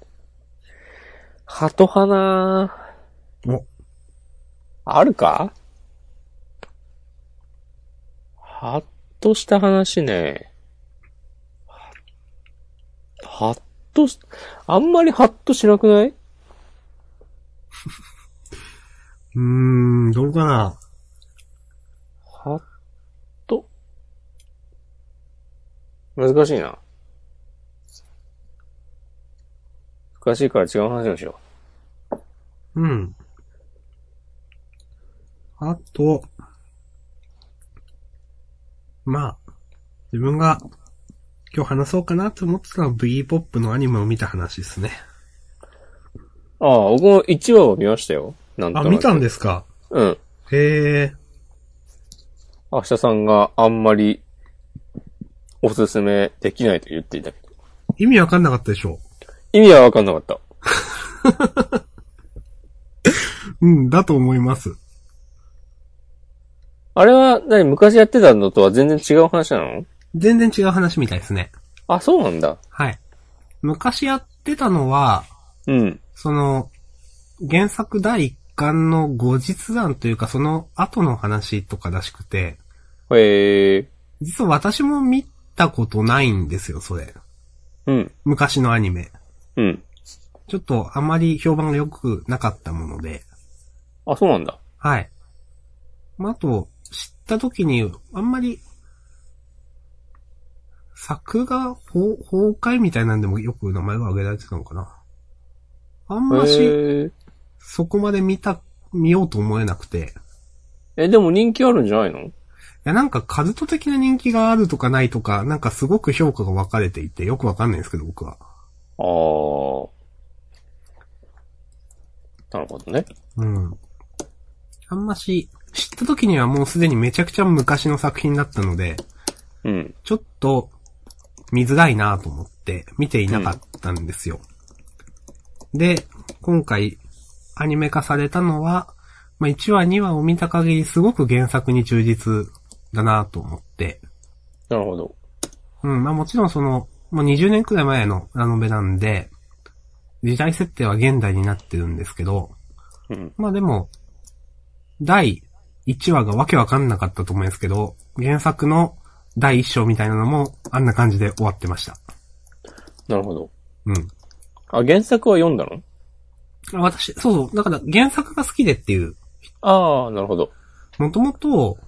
ハト派なお、あるかハッとした話ね。ハッとし、あんまりハッとしなくないうーん、どうかな。ハッと。難しいな。難しいから違う話をしよう。うん。あと、まあ、自分が今日話そうかなと思ってたのは V ポップのアニメを見た話ですね。ああ、僕も1話を見ましたよ。なんとあ、なく。見たんですか。うん。へえ、明日さんがあんまりおすすめできないと言っていたけど。意味わかんなかったでしょ。意味はわかんなかった。うん、だと思います。あれは何、昔やってたのとは全然違う話なの全然違う話みたいですね。あ、そうなんだ。はい。昔やってたのは、うん。その、原作第一巻の後日談というかその後の話とからしくて、へえ。実は私も見たことないんですよ、それ。うん。昔のアニメ。うん。ちょっとあまり評判が良くなかったもので。あ、そうなんだ。はい。まあ、あと、知った時に、あんまり、作画崩崩壊みたいなんでもよく名前が挙げられてたのかな。あんまへし、ーそこまで見た、見ようと思えなくて。え、でも人気あるんじゃないのいや、なんかカルト的な人気があるとかないとか、なんかすごく評価が分かれていて、よくわかんないんですけど、僕は。あー。なるほどね。うん。あんまし、知った時にはもうすでにめちゃくちゃ昔の作品だったので、うん。ちょっと、見づらいなと思って、見ていなかったんですよ。で、今回、アニメ化されたのは、まあ、1話2話を見た限り、すごく原作に忠実だなと思って、なるほど。うん、まあもちろんその、もう20年くらい前のラノベなんで、時代設定は現代になってるんですけど、うん。まあでも、第1話がわけわかんなかったと思うんですけど、原作の第1章みたいなのもあんな感じで終わってました。なるほど。うん。あ、原作は読んだのあ私、そうそう、だから原作が好きでっていう、ああ、なるほど。もともと、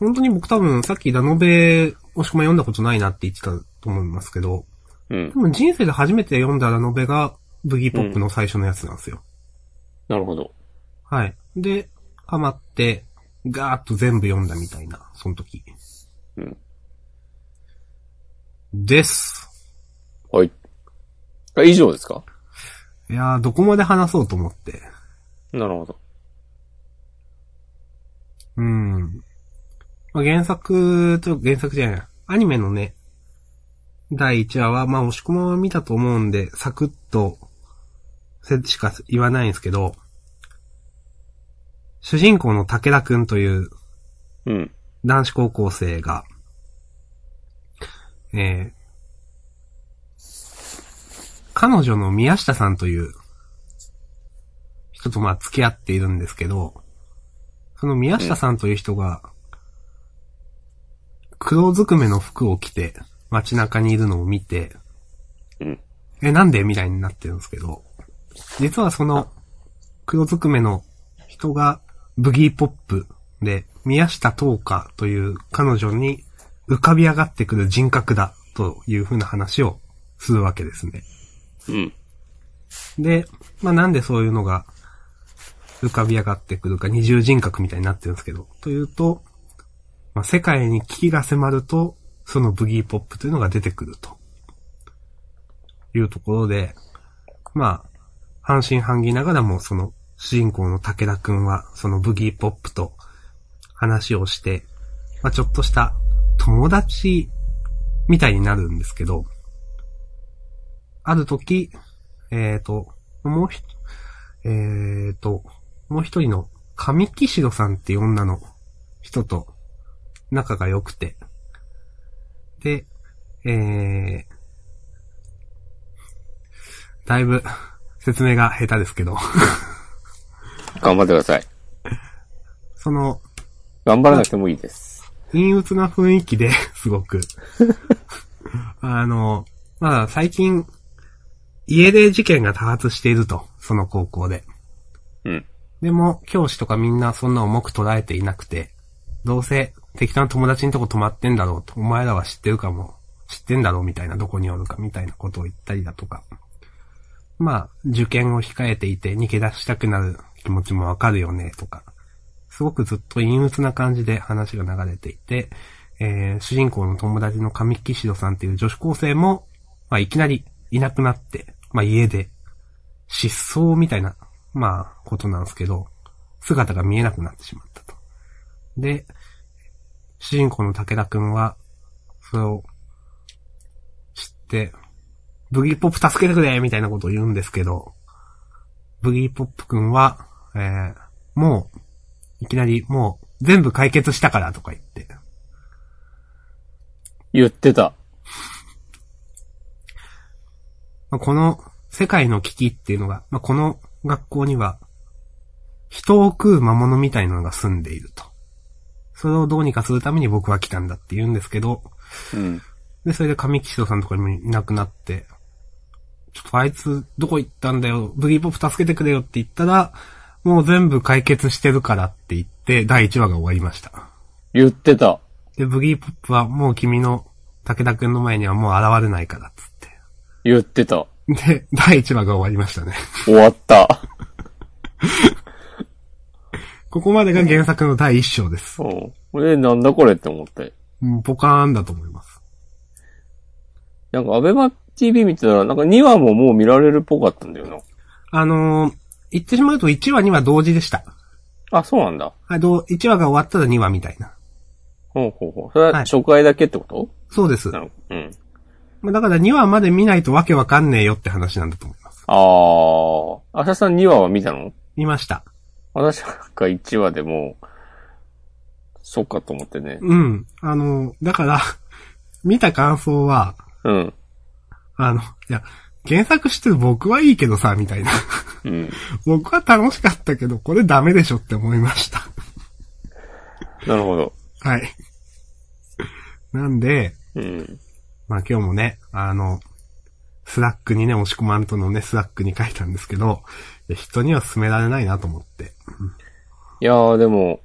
本当に僕多分さっきラノベ、押し込ま読んだことないなって言ってたと思いますけど、うん多。分人生で初めて読んだラノベが、ブギーポップの最初のやつなんですよ。なるほど。はい。で、ハマって、ガーッと全部読んだみたいな、その時。うん。です。はい。あ以上ですかいやー、どこまで話そうと思って。なるほど。うん。まあ、原作と、原作じゃない、アニメのね、第1話は、まあ、押し込まは見たと思うんで、サクッと、せしか言わないんですけど、主人公の武田くんといううん。男子高校生が、えー、彼女の宮下さんという人とまあ付き合っているんですけど、あの、宮下さんという人が、黒ずくめの服を着て、街中にいるのを見て、うんえ、なんでみたいになってるんですけど、実はその、黒ずくめの人が、ブギーポップで、宮下東花という彼女に浮かび上がってくる人格だ、というふうな話をするわけですね。うん。で、まあなんでそういうのが浮かび上がってくるか、二重人格みたいになってるんですけど、というと、まあ世界に危機が迫ると、そのブギーポップというのが出てくると。いうところで、まあ、半信半疑ながらも、その、主人公の武田くんは、そのブギーポップと話をして、まあちょっとした友達みたいになるんですけど、ある時、えっ、と、もうひ、えっ、と、もう一人の神木城さんっていう女の人と仲が良くて。で、えー、だいぶ説明が下手ですけど、頑張ってください。その、頑張らなくてもいいです。陰鬱な雰囲気で、すごく。 [LAUGHS] あの、まあ最近、家出事件が多発していると、その高校で。うん。でも、教師とかみんなそんな重く捉えていなくて、どうせ適当な友達のとこ泊まってんだろうと、お前らは知ってるかも、知ってんだろうみたいな、どこにおるかみたいなことを言ったりだとか。まあ、受験を控えていて逃げ出したくなる気持ちもわかるよね、とか。すごくずっと陰鬱な感じで話が流れていて、えー主人公の友達の上木城さんっていう女子高生も、まあ、いきなりいなくなって、まあ、家で失踪みたいな、まあ、ことなんですけど、姿が見えなくなってしまったと。で、主人公の武田くんは、それを知って、ブギーポップ助けてくれみたいなことを言うんですけど、ブギーポップくんは、えー、もう、いきなりもう全部解決したからとか言って、言ってた。まあこの世界の危機っていうのが、まあ、この学校には、人を食う魔物みたいなのが住んでいると。それをどうにかするために僕は来たんだって言うんですけど、うん。で、それで上木城さんとかにもいなくなって、ちょっとあいつどこ行ったんだよ、ブギーポップ助けてくれよって言ったら、もう全部解決してるからって言って、第1話が終わりました。言ってた。で、ブギーポップはもう君の武田くんの前にはもう現れないからっつって。言ってた。で、第1話が終わりましたね。終わった。ここまでが原作の第1章です。うん。俺、なんだこれって思って。もうポカーンだと思います。なんか、アベマ TV 見てたら、なんか2話ももう見られるっぽかったんだよな。あのー、言ってしまうと1話2話同時でした。あ、そうなんだ。はい、どう1話が終わったら2話みたいな。ほうほうほう。それははい初回だけってこと、そうです。なのうん。まあだから2話まで見ないとわけわかんねえよって話なんだと思います。あー。浅田さん2話は見たの見ました。私はなんか1話でもう、そっかと思ってね。うん。あの、だから、 [LAUGHS] 見た感想は、うん。あの、いや、原作してる僕はいいけどさ、みたいな。 [LAUGHS] うん。僕は楽しかったけど、これダメでしょって思いました。なるほど。はい。なんで、うん。まあ今日もね、あの、スラックにね、押し込まんとのね、スラックに書いたんですけど、いや人には勧められないなと思って。いやー、でも、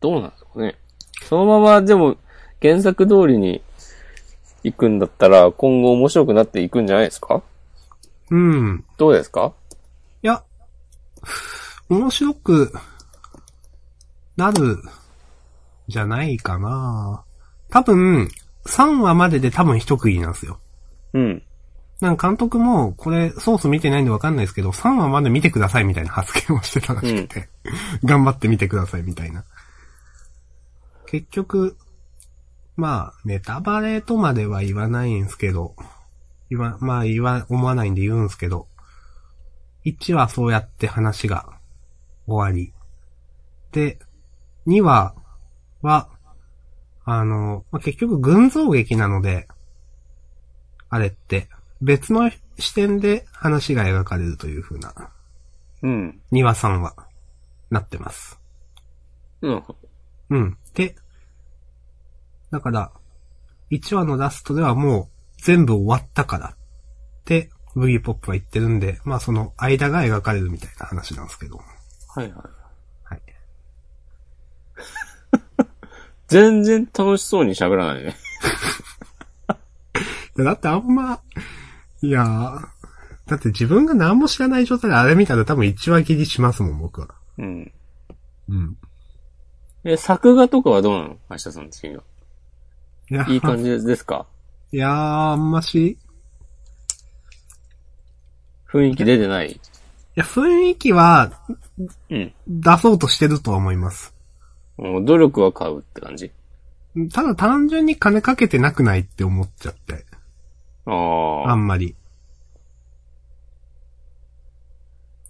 どうなんですかね。そのまま、でも、原作通りに行くんだったら、今後面白くなっていくんじゃないですかうん。どうですかいや、面白くなる、じゃないかな多分、3話までで多分一区切りなんですよ。うん。なんか監督も、これ、ソース見てないんでわかんないですけど、3話まで見てくださいみたいな発言をしてたらしくて、 [LAUGHS] 頑張って見てくださいみたいな。結局、まあ、ネタバレとまでは言わないんすけど、言わ、まあ言わ、思わないんで言うんすけど、1はそうやって話が終わり。で、2話は、あの、まあ、結局群像劇なので、あれって、別の視点で話が描かれるという風な、うん。 2話3話。なってます。なるほうん。で、だから、1話のラストではもう全部終わったからって、ブギーポップは言ってるんで、まあその間が描かれるみたいな話なんですけど。ど。はいはい。はい。全然楽しそうに喋らないね。だってあんま、いやー、だって自分が何も知らない状態であれ見たら多分1話切りしますもん、僕は。うん。うん。え、作画とかはどうなの明日さん的には。いやいい感じです [LAUGHS] かいやー、あんまし、い雰囲気出てないや、雰囲気はうん。出そうとしてるとは思います。もう努力は買うって感じ。ただ単純に金かけてなくないって思っちゃって。あああ。んまり。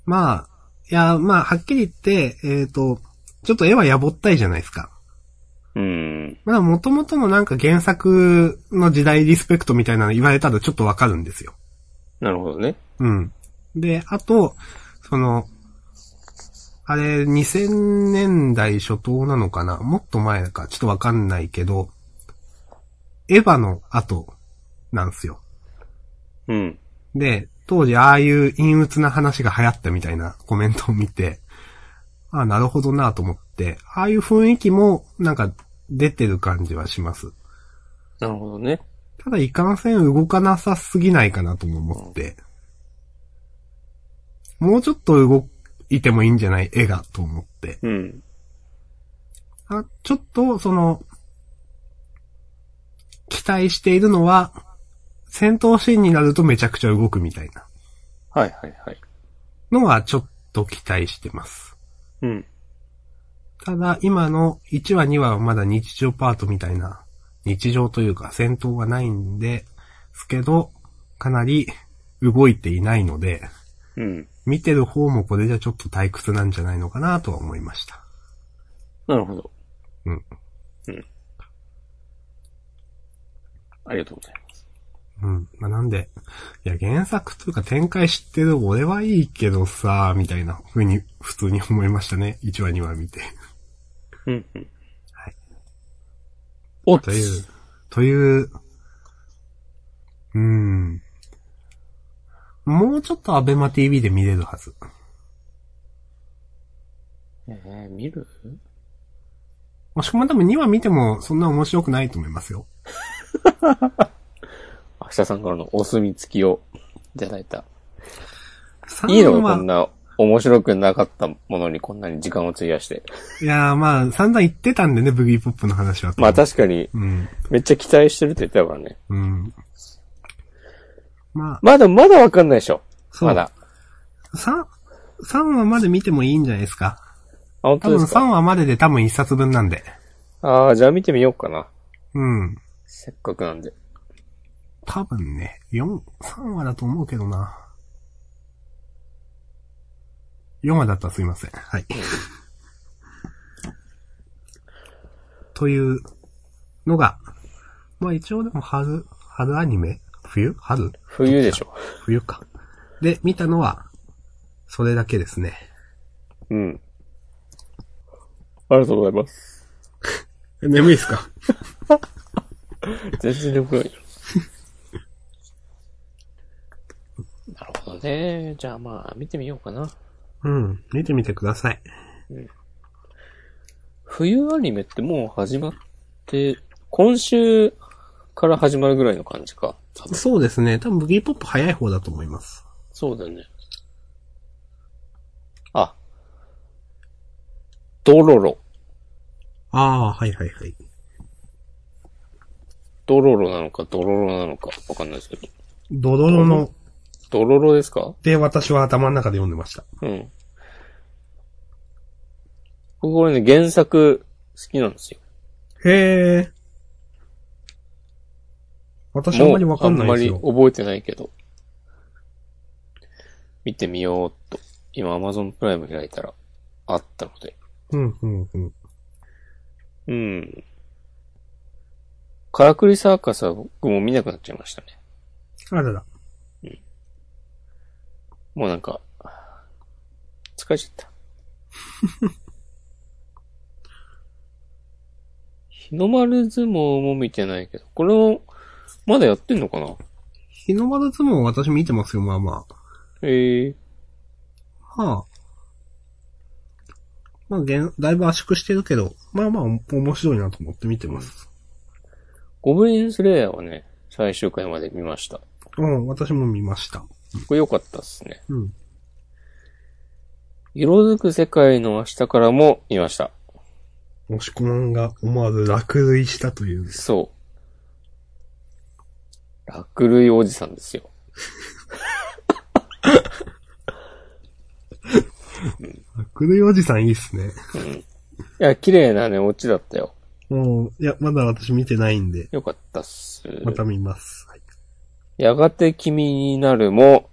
まあ、いや、まあ、はっきり言って、えっ、と、ちょっと絵はやぼったいじゃないですか。うん。まあ、元々のなんか原作の時代リスペクトみたいなの言われたらちょっとわかるんですよ。なるほどね。うん。で、あと、その、あれ、2000年代初頭なのかなもっと前か、ちょっとわかんないけど、エヴァの後、なんですよ。うん。で、当時ああいう陰鬱な話が流行ったみたいなコメントを見て、ああ、なるほどなと思って、ああいう雰囲気もなんか出てる感じはします。なるほどね。ただいかんせん動かなさすぎないかなとも思って、もうちょっと動いてもいいんじゃない絵がと思って。うん。あちょっと、その、期待しているのは、戦闘シーンになるとめちゃくちゃ動くみたいなはいはいはい。のはちょっと期待してます。うん。ただ、今の1話2話はまだ日常パートみたいな、日常というか戦闘がないんで、すけど、かなり動いていないので、うん。見てる方もこれじゃちょっと退屈なんじゃないのかなとは思いました。なるほど。うん。うん。ありがとうございます。うん。まあ、なんで、いや、原作というか展開知ってる俺はいいけどさ、みたいな風に普通に思いましたね。1話2話 [LAUGHS] 見て。うんうん。はい。おっという、という、うーん。もうちょっとアベマ TV で見れるはず。えー、見るもしくも多分2話見てもそんな面白くないと思いますよ。明日さんからのお墨付きをいただいた。いい3の話こんな面白くなかったものにこんなに時間を費やして。いやーまあ散々言ってたんでね、ブギーポップの話は。まあ確かに、うん。めっちゃ期待してるって言ってたからね。うん。まあ、まだまだわかんないでしょ。そうまだ。 3、3話まで見てもいいんじゃないですか。あ、本多当で分すか3話までで多分1冊分なんで。ああ、じゃあ見てみようかな。うん。せっかくなんで。多分ね、4、3話だと思うけどな。4話だったらすいません。はい。 [LAUGHS] というのが、まあ一応でも春、春アニメ冬春冬でしょ。冬か。で、見たのは、それだけですね。うん。ありがとうございます。眠いですか全然良くない。なるほどね。じゃあまあ、見てみようかな。うん。見てみてください。冬アニメってもう始まって、今週から始まるぐらいの感じか。多分そうですね。多分ブギーポップ早い方だと思います。そうだよね。あ。ドロロ。ああ、はいはいはい。ドロロなのか、ドロロなのか、わかんないですけど。ドロロの、ドロロですかで私は頭の中で読んでました。うん。僕これね、原作好きなんですよ。へえ。私あんまりわかんないでもすよ。うあんまり覚えてないけど。見てみようっと。今 Amazon プライム開いたらあったので。うん、うん、うん。うん。カラクリサーカスは僕も見なくなっちゃいましたね。あらら。もうなんか、疲れちゃった。日の丸相撲も見てないけど、これも、まだやってんのかな日の丸相撲私見てますよ、まあまあ。ええまあ。まあ、げんだいぶ圧縮してるけど、まあまあ、面白いなと思って見てます。ゴブリンスレイヤーはね、最終回まで見ました。うん、私も見ました。これ良かったっすね。うん。色づく世界の明日からも見ました。もしこまんが思わず落類したという。そう。落類おじさんですよ。落類おじさんいいっすね。いや、綺麗なね、オチだったよ。もう、いや、まだ私見てないんで、よかったっす。また見ます。はい。やがて君になるも、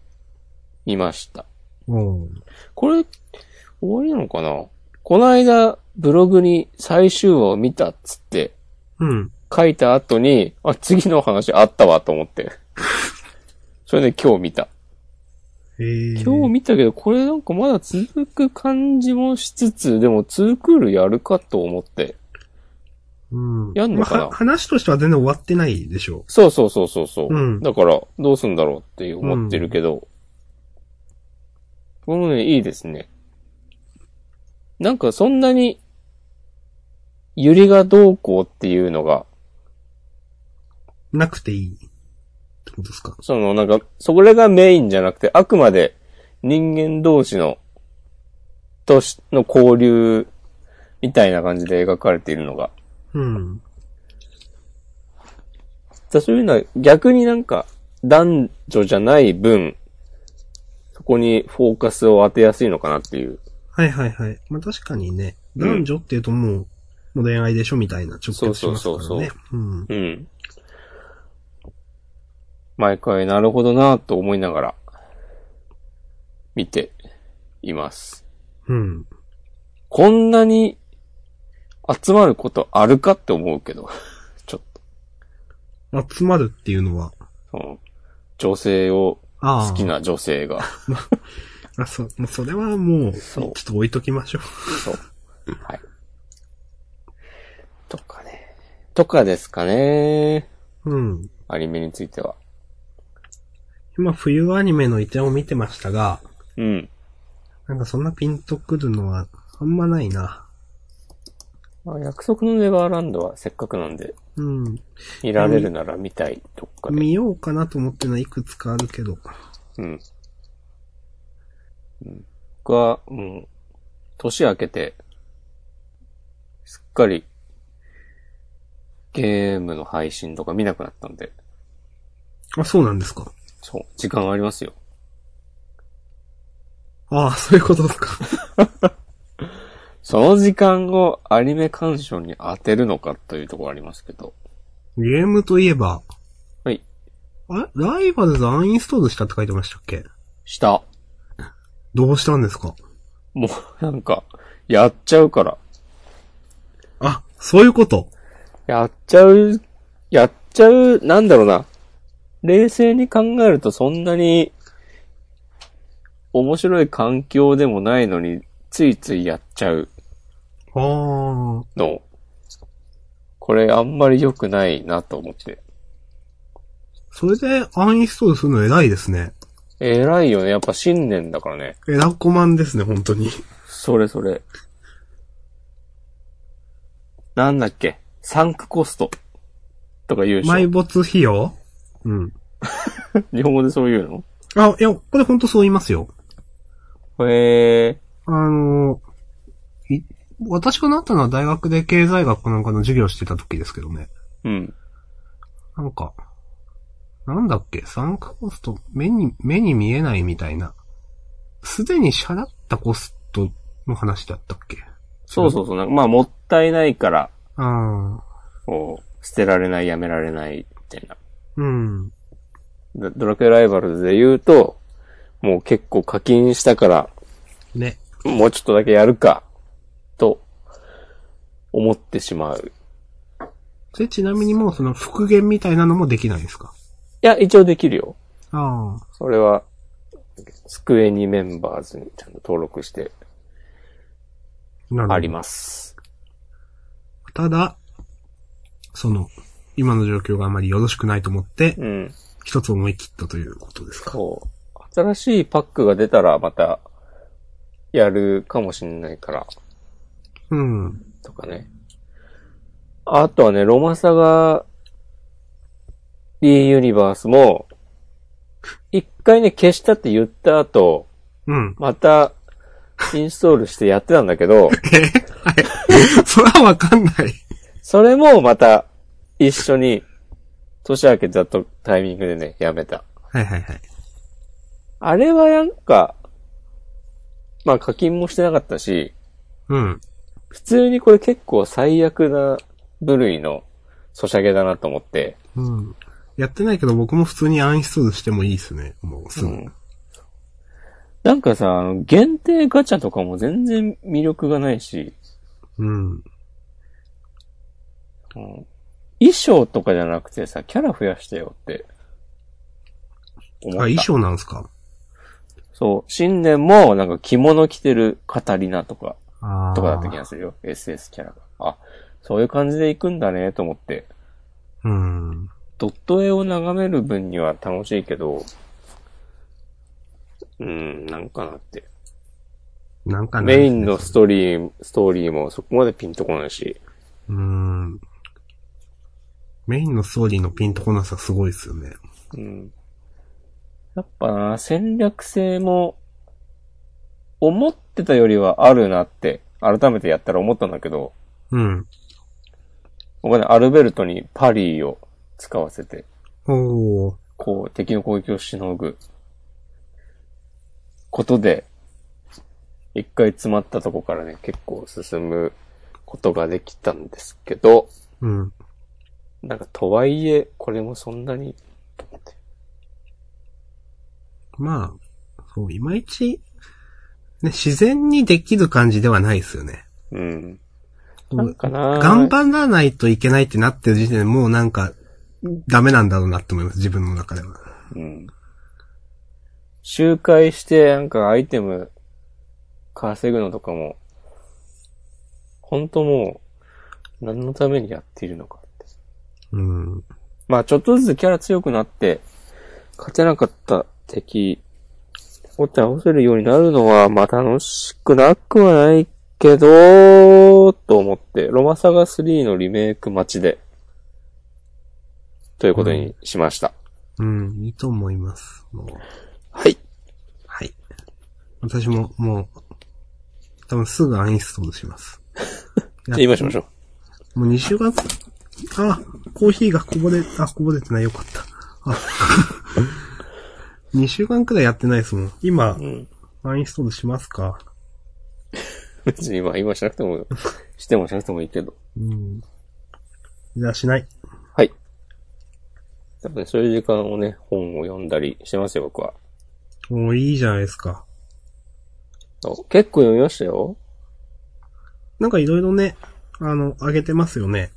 見ました。もこれ、終わりなのかなこの間、ブログに最終話を見たっつって、う、うん。書いた後に、あ、次の話あったわと思って。 [LAUGHS] それで今日見た。えー、今日見たけど、これなんかまだ続く感じもしつつ、でも2クールやるかと思って。うん。やんのかなまあは話としては全然終わってないでしょそうそうそうそうそう。うんだから、どうすんだろうって思ってるけど。このね、いいですね。なんかそんなに、ゆりがどうこうっていうのが、う。なくていい。ってことですか。そのなんか、それがメインじゃなくて、あくまで人間同士の、とし、の交流、みたいな感じで描かれているのが。うん。だそういうのは逆になんか男女じゃない分、そこにフォーカスを当てやすいのかなっていう。はいはいはい。まあ確かにね、うん男女っていうともう、もう恋愛でしょみたいな直結しますからね。そうそうそううん。うん。毎回なるほどなぁと思いながら見ています。うん。こんなに集まることあるかって思うけど、ちょっ集まるっていうのは、と、その女性を、ああ。好き。な女性が。あ、そう、もうそれはもう、ちそょうっと置いときましょう。そう。はい。とかね。とかですかね。うん。アニメについては。今、冬アニメの一覧を見てましたが、うん。なんかそんなピンとくるのは、あんまないな。まあ、約束のネバーランドはせっかくなんで、うん。見られるなら見たい、どっかで。見ようかなと思ってるのはいくつかあるけど。うん。うん僕は、うん、年明けて、すっかり、ゲームの配信とか見なくなったんで、あ、そうなんですか。そう、時間ありますよ。ああ、そういうことですか。 [LAUGHS] その時間をアニメ鑑賞に当てるのかというところありますけど。ゲームといえば、はい。あれライバルズアンインストールしたって書いてましたっけした。どうしたんですかもう、なんか、やっちゃうから。あ、そういうこと。やっちゃう、やっちゃう、なんだろうな。冷静に考えるとそんなに、面白い環境でもないのに、ついついやっちゃうああ、の。これあんまり良くないなと思って。それでアンインストールするの偉いですね。偉いよね。やっぱ新年だからね。偉子マンですね、本当に。それそれ。なんだっけサンクコストとか言うでし埋ょ没費用うん。日本語でそう言うあ、いや、これ本当そう言いますよ。のへえ。あの、い私がなったのは大学で経済学なんかの授業してた時ですけどね。うん。なんか、なんだっけ、参加コスト、目に、目に見えないみたいな。すでに支払ったコストの話だったっけそうそうそう。なんかまあ、もったいないから、ああ、こう、捨てられない、やめられない、みたいな。うん。ドドラクエライバルズで言うと、もう結構課金したから、ね。もうちょっとだけやるか、と、思ってしまう。それちなみにもうその復元みたいなのもできないんですかいや、一応できるよ。ああ、それは、スクエニメンバーズにちゃんと登録して、なるほどあります。ただ、その、今の状況があまりよろしくないと思って、うん。一つ思い切ったということですか。そう。新しいパックが出たらまた、やるかもしれないから、うん。とかね。あとはね、ロマサガ、リーユニバースも、一回ね、消したって言った後、うん。また、インストールしてやってたんだけど、 [LAUGHS] それはわかんない。それもまた、一緒に、年明けたとタイミングでね、やめた。はいはいはい。あれはなんか、まあ課金もしてなかったし、うん。普通にこれ結構最悪な部類のソシャゲだなと思って、うん。やってないけど僕も普通にアンインストールしてもいいっすね。もうすぐ。うんなんかさ、あの限定ガチャとかも全然魅力がないし、うん。うん衣装とかじゃなくてさ、キャラ増やしてよって。思あ、った衣装なんすかそう。新年もなんか着物着てるカタリナとか、ああ。とかだった気がするよ。SS キャラが。あ、そういう感じで行くんだねと思って。うん。ドット絵を眺める分には楽しいけど、うん、なんかなって。なんかね。メインのストーリー、ストーリーもそこまでピンとこないし。うん。メインのストーリーのピンとこなさすごいっすよね。うん。やっぱな、戦略性も、思ってたよりはあるなって、改めてやったら思ったんだけど、うん。僕はね、アルベルトにパリーを使わせて、おー。こう、敵の攻撃をしのぐ、ことで、一回詰まったとこからね、結構進むことができたんですけど、うん。なんかとはいえ、これもそんなに、と思ってまあ、そう、いまいち、ね、自然にできる感じではないですよね。うん。なんかな頑張らないといけないってなってる時点でもうなんか、ダメなんだろうなって思います、自分の中では。うん。周回して、なんかアイテム稼ぐのとかも、ほんともう、何のためにやっているのかって。うん。まあ、ちょっとずつキャラ強くなって、勝てなかった敵を倒せるようになるのは、まあ楽しくなくはないけど、と思って、ロマサガ3のリメイク待ちで、ということにしました。うん、いいと思います。もうはい。はい。私も、もう、多分すぐアンインストール [LAUGHS] します。じゃあ今しましょう。もう2週間、あ、コーヒーがこぼれ、あ、こぼれてないよかった。あ [LAUGHS] 2週間くらいやってないですもん。今、んアンインストールしますか別に今、今しなくても [LAUGHS] よ、してもしなくてもいいけど。うん。じゃあしない。はい。多分そういう時間をね、本を読んだりしてますよ、僕は。もういいじゃないですか。お結構読みましたよ。なんかいろいろね、あの、上げてますよね。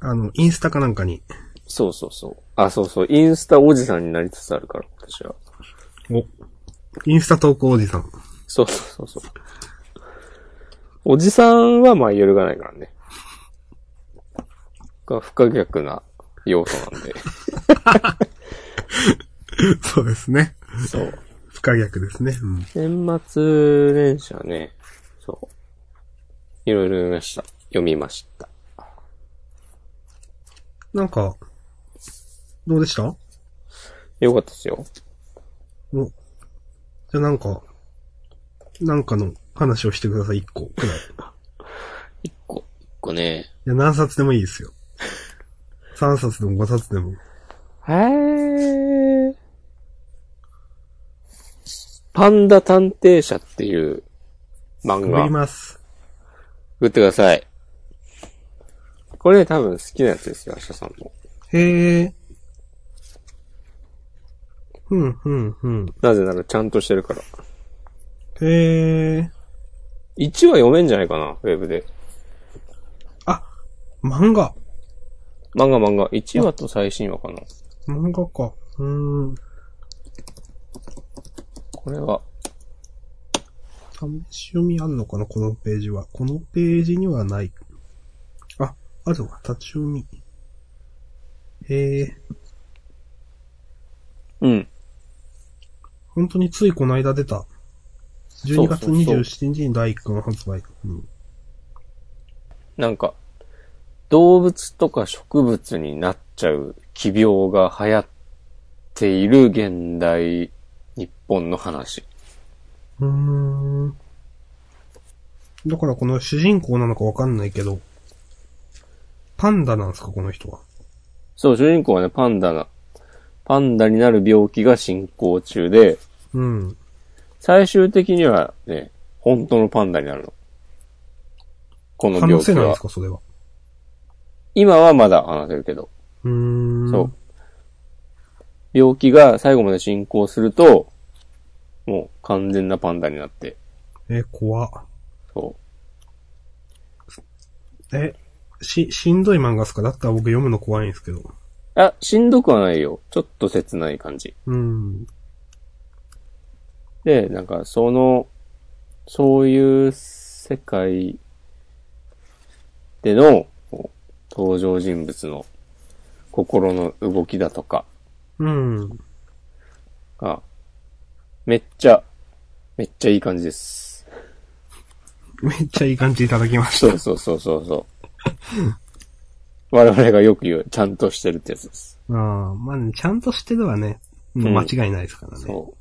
あの、インスタかなんかに。そうそうそう。あ、そうそう。インスタおじさんになりつつあるから、私は。お。インスタ投稿おじさん。 [LAUGHS] そうそうそうそう。おじさんはまあ揺るがないからね。が不可逆な要素なんで。そうですね。そう。不可逆ですね。うん。年末年始はね、そう。いろいろ読みました。読みました。なんか、どうでしたよかったですよ。お。じゃあなんか、なんかの話をしてください、一個くらい。い一個、一個ね。や、何冊でもいいですよ。3冊でも5冊でも。へー。パンダ探偵社っていう漫送画り。ます。送ってください。これ多分好きなやつですよ、明日さんも。へえ。ふん、ふん、ふん。なぜならちゃんとしてるから。へえ。 1話読めんじゃないかな、ウェブで。あ、漫画。漫画漫画。1話と最新話かな。漫画か。うーん。これは、試し読みあんのかなこのページは。このページにはない。あ、あるわ。立ち読み。へえ。うん。本当についこの間出た。12月そうそう27日に第1巻発売。うんなんか、動物とか植物になっちゃう奇病が流行っている現代日本の話。うーん。だからこの主人公なのかわかんないけど、パンダなんですか、この人は。そう、主人公はね、パンダが、パンダになる病気が進行中で、うん。最終的にはね、本当のパンダになるの。この病話気せないんではす。か、それは。今はまだ話せるけど。うーん。そう。病気が最後まで進行すると、もう完全なパンダになって、え、怖っ。そえ、し、しんどい漫画っすかだったら僕読むの怖いんですけど。う。あ、しんどくはないよ。ちょっと切ない感じ。うん。で、なんか、その、そういう世界でのこう登場人物の心の動きだとかうん。が、めっちゃ、めっちゃいい感じです。めっちゃいい感じいただきましそうそうそうそうそう。我々がよく言う、ちゃんとしてるってやつです。た。ああ、まあね、ちゃんとしてるはね、もう間違いないですからね。そう。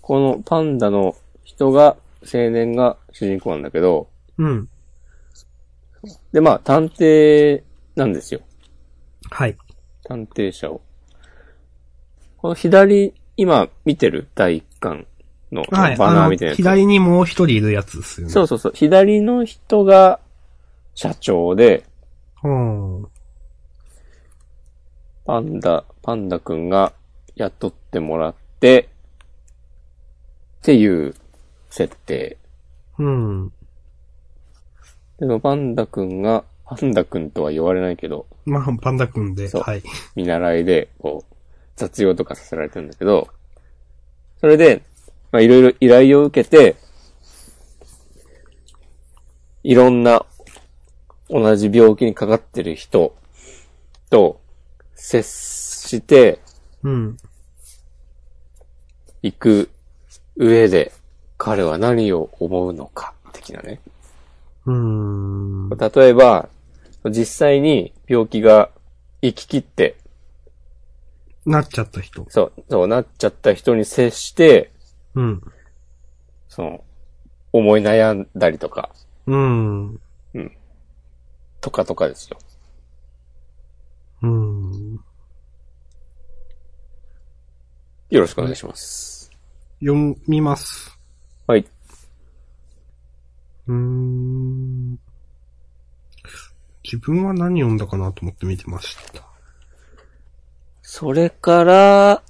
このパンダの人が、青年が主人公なんだけど、うん。で、まあ、探偵なんですよ。はい。探偵者を。この左、今見てる第一巻のバはい。ナあーのみたいなやつ。左にもう一人いるやつですよね。そうそうそう。左の人が社長で、うん。はパンダ、パンダくんが雇ってもらって、っていう設定。あ。うん。でもパンダくんが、パンダくんとは言われないけど、まあ、パンダくんで、そうはい。見習いで、こう、雑用とかさせられてるんだけど、それで、まあ、いろいろ依頼を受けて、いろんな、同じ病気にかかってる人と接してうん。いく上で、彼は何を思うのか、的なね。うーん。例えば、実際に病気が生き切って、なっちゃった人。そう、そうなっちゃった人に接して、うん。その、思い悩んだりとか、うん。うとかとかですよ。ーん。よろしくお願いします。読みます。はい。うーん。自分は何読んだかなと思って見てました。それから、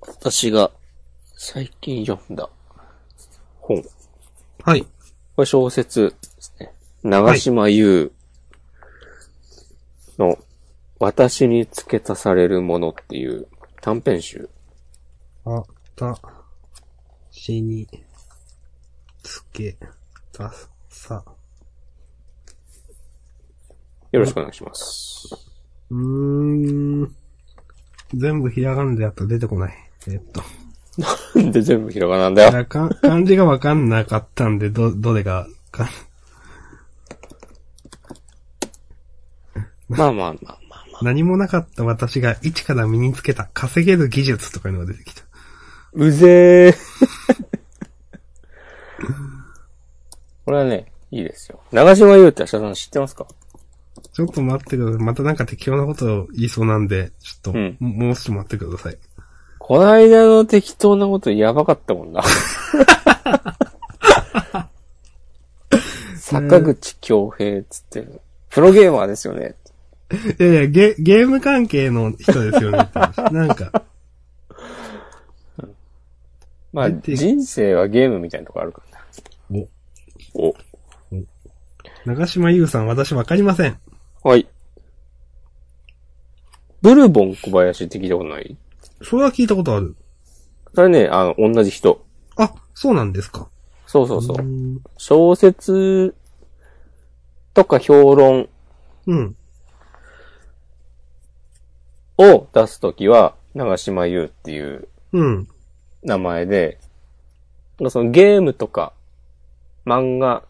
私が最近読んだ本。はい。これ小説ですね。長島優の私に付け足されるものっていう短編集。あた、しに、つけ、た、さ。よろしくお願いします。うーん。全部ひらがなでやったら出てこない。えっと。なんで全部広がなんだよ。だか漢字がわかんなかったんで、ど、どれが、か、 [LAUGHS] まあまあまあまあまあ。何もなかった私が一から身につけた稼げる技術とかいうのが出てきた。うぜー。 [LAUGHS] これはね、いいですよ。長島優って明日さん知ってますかちょっと待ってください。またなんか適当なことを言いそうなんで、ちょっと、うんもうちょっと待ってください。こないだの適当なことやばかったもんな。坂口京平っつってる。プロゲーマーですよね。いやいや、ゲ、ゲーム関係の人ですよねって話。なんか、まあ、だって人生はゲームみたいなとこあるからな。お、お。長島優さん、私わかりません。はい。ブルボン小林って聞いたことないそれは聞いたことある。それね、あの、同じ人。あ、そうなんですか。そうそうそう。ん小説とか評論うん。を出すときは、長島優っていううん。名前で、そのゲームとか漫画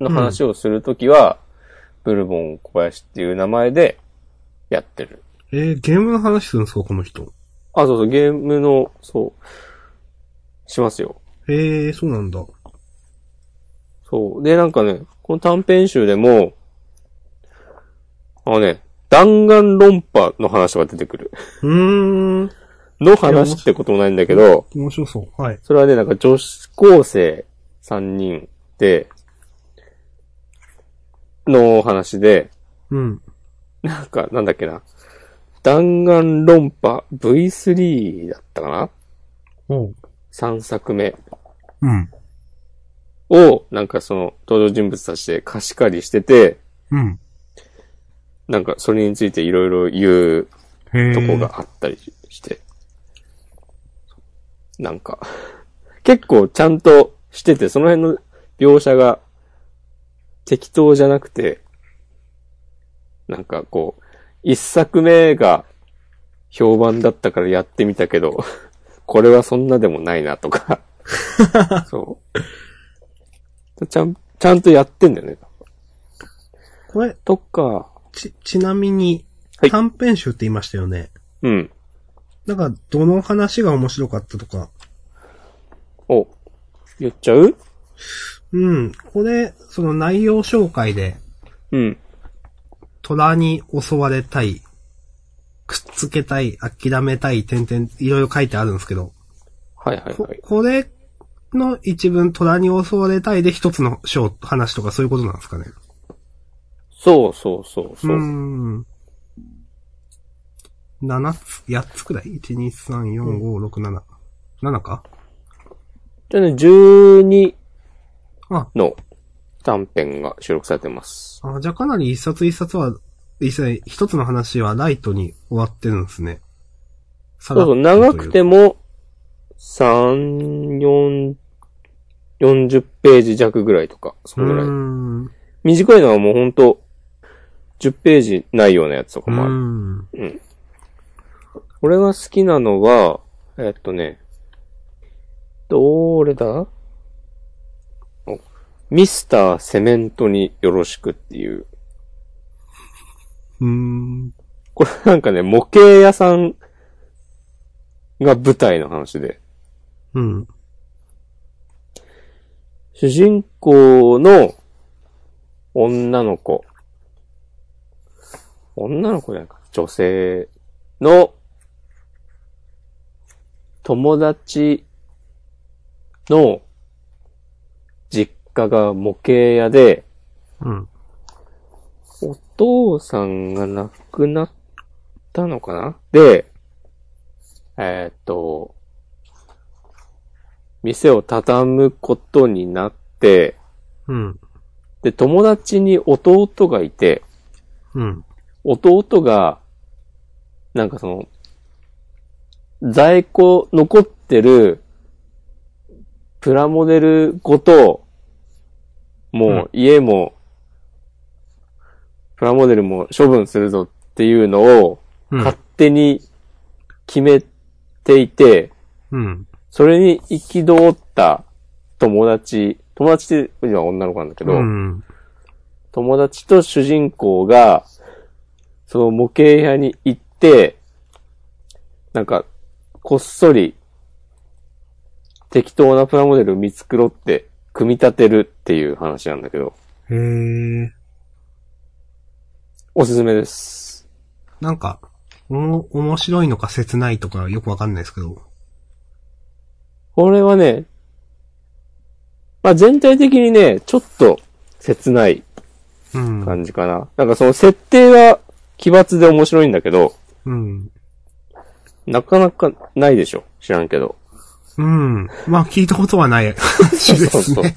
の話をするときは、ブルボン小林っていう名前でやってる。えーゲームの話するんですか、この人。あ、そうそう、ゲームの、そう、しますよ。ええそうなんだ。そう。で、なんかね、この短編集でも、あのね、弾丸論破の話が出てくる。うーん。の話ってこともないんだけど、面白そう。はい。それはね、なんか女子高生3人で、の話で、うん。なんか、なんだっけな。弾丸論破 V3 だったかなおう。 ?3 作目うん。を、なんかその登場人物たちで貸し借りしてて、うん。なんかそれについていろいろ言うへえ。とこ。があったりして。なんか、結構ちゃんとしてて、その辺の描写が適当じゃなくて、なんかこう、一作目が評判だったからやってみたけど、これはそんなでもないなと [LAUGHS] か。そう。ちゃん、ちゃんとやってんだよね。これ、とか、ち、ちなみには、い短編集って言いましたよね。うん。なんか、どの話が面白かったとか。お、言っちゃううん。これ、その内容紹介で、うん。虎に襲われたい、くっつけたい、諦めたい、点々、いろいろ書いてあるんですけど、はいはいこはい。これの一文、虎に襲われたいで一つの章、話とかそういうことなんですかね。そうそうそうそうーう。ん。7つ、8つくらい ?1、2、3、4、5、6、7。7かじゃあね、12あ、の短編が収録されてます。あ、じゃあかなり一冊一冊は、一冊一つの話はライトに終わってるんですね。そそうそう、長くても、3、4、40ページ弱ぐらいとか、そものぐうらいー。ん。う短いのはもうほんと、10ページないようなやつとかーもある。ん。俺が好きなのは、えっとね、どれだおミスターセメントによろしくっていう。うーん。これ [LAUGHS] なんかね、模型屋さんが舞台の話で、うん。主人公の女の子、女の子じゃないか、女性の友達の実家が模型屋で、うん。お父さんが亡くなったのかなで、えーっと、店を畳むことになって、うん。で、友達に弟がいて、うん。弟が、なんかその、在庫残ってる、プラモデルごと、もう家も、プラモデルも処分するぞっていうのを、うん勝手に決めていて、うん。それに憤った友達、友達っていうのは女の子なんだけど、うん。友達と主人公が、その模型屋に行って、なんか、こっそり、適当なプラモデルを見繕って、組み立てるっていう話なんだけど、へえ。おすすめです。なんか、おも、面白いのか切ないとかよくわかんないですけど。これはね、まあ全体的にね、ちょっと切ないうん。感じかな。なんかその設定は奇抜で面白いんだけど、うん。なかなかないでしょ。知らんけど。うん。まあ、聞いたことはない話 [LAUGHS] でそうすそうね。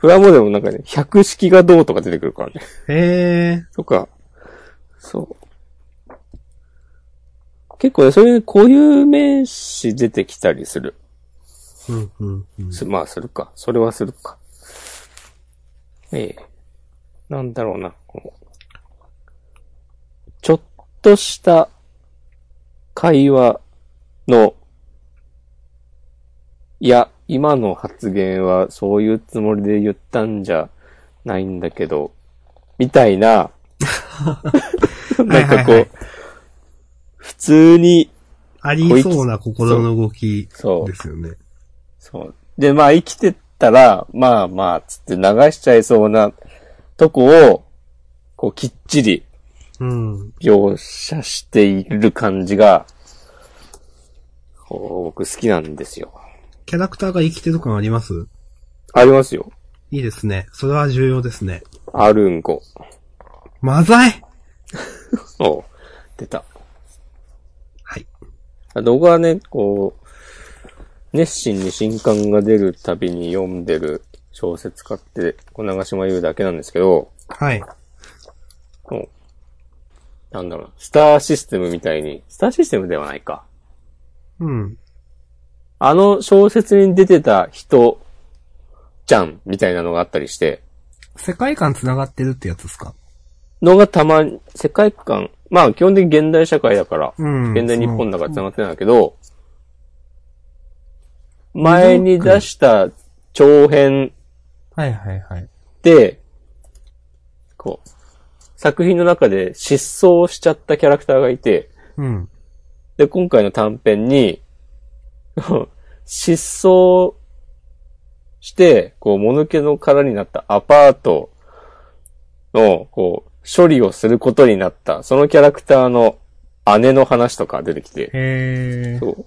プラモデルもなんかね、百式がどうとか出てくるからね。へえ。とか、そう。結構ね、そういう、こういう名詞出てきたりする。うん、うん、うん。すまあ、するか。それはするか。ええ。なんだろうな。このちょっとした会話の、いや、今の発言はそういうつもりで言ったんじゃないんだけど、みたい [LAUGHS] な、なんかこう、はいはいはい普通に、ありそうな心の動きそうで、すよね。そう。で、まあ生きてたら、まあまあ、つって流しちゃいそうなとこを、こうきっちりうん。描写している感じが、こう僕好きなんですよ。キャラクターが生きてる感ありますありますよ。いいですね。それは重要ですね。アルンゴ。マザイおう出た。はい。動画はね、こう、熱心に新刊が出るたびに読んでる小説家って、こう長島優だけなんですけど、はい。もう、なんだろうな、スターシステムみたいに、スターシステムではないか。うん。あの小説に出てた人、じゃん、みたいなのがあったりして、世界観繋がってるってやつですかのがたまに、世界観、まあ基本的に現代社会だから、うん現代日本だから繋がってないんだけど、前に出した長編はいはいはい。で、こう、作品の中で失踪しちゃったキャラクターがいて、うん。で、今回の短編に、失踪して、こう、もぬけの殻になったアパートの、こう、処理をすることになった、そのキャラクターの姉の話とか出てきて、へー。そう。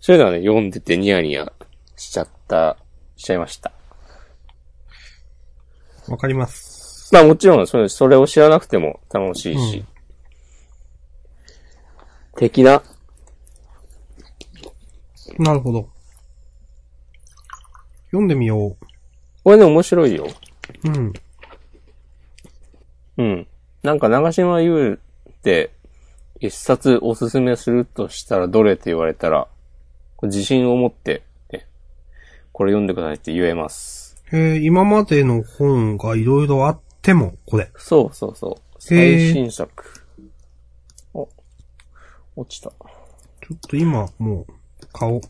そういうのはね、読んでてニヤニヤしちゃった、しちゃいました。わかります。まあもちろんそれ、それを知らなくても楽しいし。うん的な、なるほど。読んでみよこれね、面白いよ。う。うん。うん。なんか長島優って、一冊おすすめするとしたらどれって言われたら、こう自信を持って、ね、これ読んでくださいって言えます。へー、今までの本がいろいろあっても、これ。そうそうそう。最へー新作。お、落ちた。ちょっと今、もう、顔、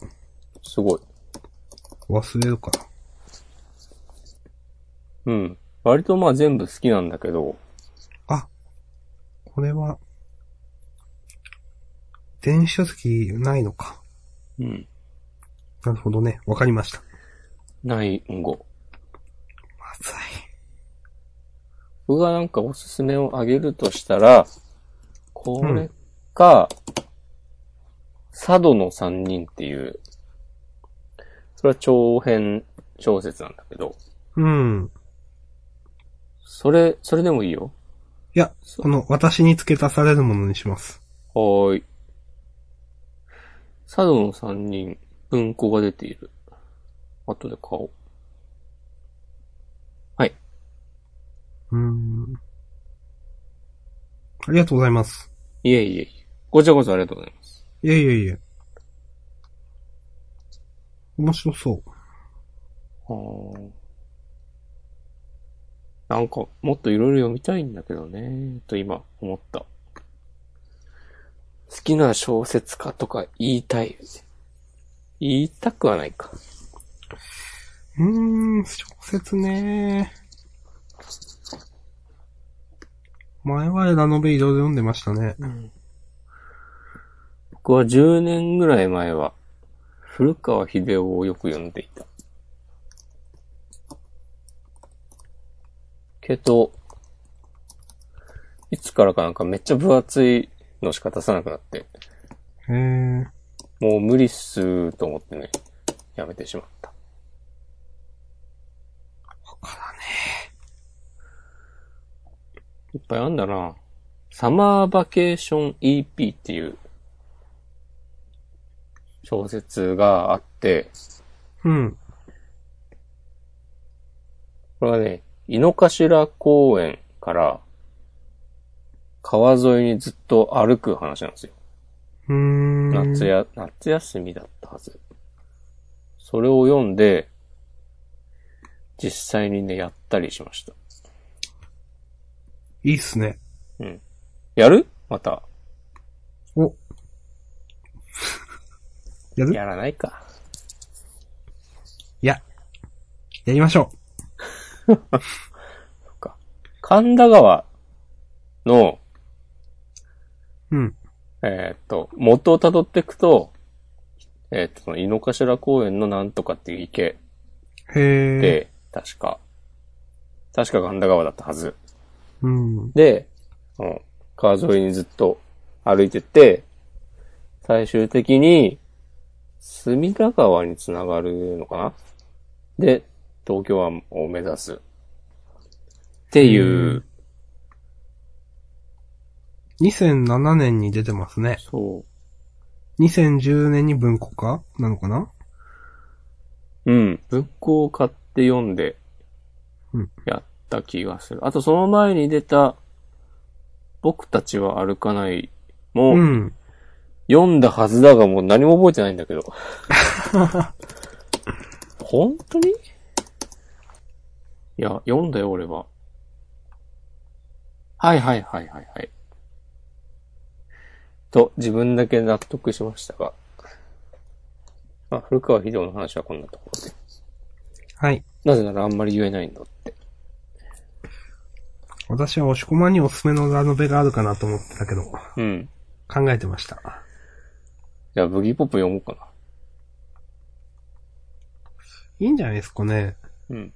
すごい。忘れるから。うん。割とまあ全部好きなんだけど、あ、これは、電子書籍ないのか。うん。なるほどね。わかりました。ないんご。まずい。僕がなんかおすすめをあげるとしたら、これか、佐渡の三人っていう、それは長編小説なんだけど、うん。それ、それでもいいよ。いや、この、私に付け足されるものにします。はーい。佐渡の三人、文庫が出ている。後で買おう。うーん。ありがとうございます。いえいえいえ。ごちゃごちゃありがとうございます。いえいえいえ。面白そう。はーいなんか、もっといろいろ読みたいんだけどね、と今思った。好きな小説家とか言いたい。言いたくはないか。うーん、小説ね前はラノベいろいろ読んでましたね。僕は10年ぐらい前は、古川秀夫をよく読んでいた。けど、いつからかなんかめっちゃ分厚いのしか出さなくなって、へー。もう無理っすーと思ってね、やめてしまった。いっぱいあんだな。サマーバケーション EP っていう小説があって、うん。これはね、井の頭公園から川沿いにずっと歩く話なんですよ。ううーん。夏や、夏休みだったはず。それを読んで、実際にね、やったりしました。いいっすね。やるまた。 [LAUGHS] お。やるやらないか。いや。やりましょ神田川の、う。うん。えーっと、元を辿っていくと、えーっと、その井の頭公園のなんとかっていう池へえ。で、確か、確か神田川だったはず。うん。で、その川沿いにずっと歩いてって、最終的に、隅田川につながるのかなで、東京湾を目指す。っていう、 2007年に出てますね。そ2010年に文庫化なのかなう。うん。文庫を買って読んでうん、やった気がする。あと、その前に出た、僕たちは歩かないも、うん。読んだはずだがもう何も覚えてないんだ [LAUGHS] けど。本当にいや、読んだよ、俺は。はいはいはいはいはい。と、自分だけ納得しましたが。まあ、古川秀夫の話はこんなところで。はい。なぜならあんまり言えないんだって。私は押し込まにおすすめのラノベがあるかなと思ってたけど、うん。考えてました。じゃあ、ブギーポップ読もうかいいんじゃないですかね。な。うん。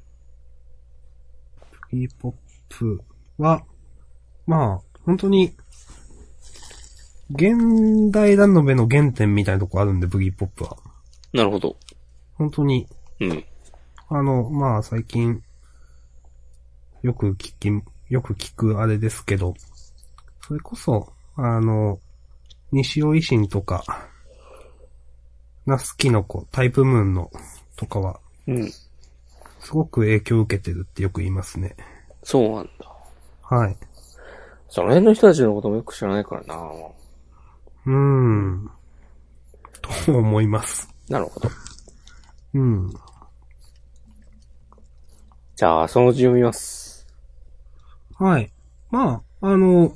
e ポップは、まあ、本当に、現代ラノベの原点みたいなとこあるんで、ブギーポップは。なるほど。本当に、うん。あの、まあ最近、よく聞き、よく聞くあれですけど、それこそ、あの、西尾維新とか、ナスキノコ、タイプムーンの、とかは、うん。すごく影響を受けてるってよく言いますね。そうなんだ。はい。その辺の人たちのこともよく知らないからな。うーん。と思います。なるほど。うん。じゃあ、そのうち読みます。はい。まあ、あの、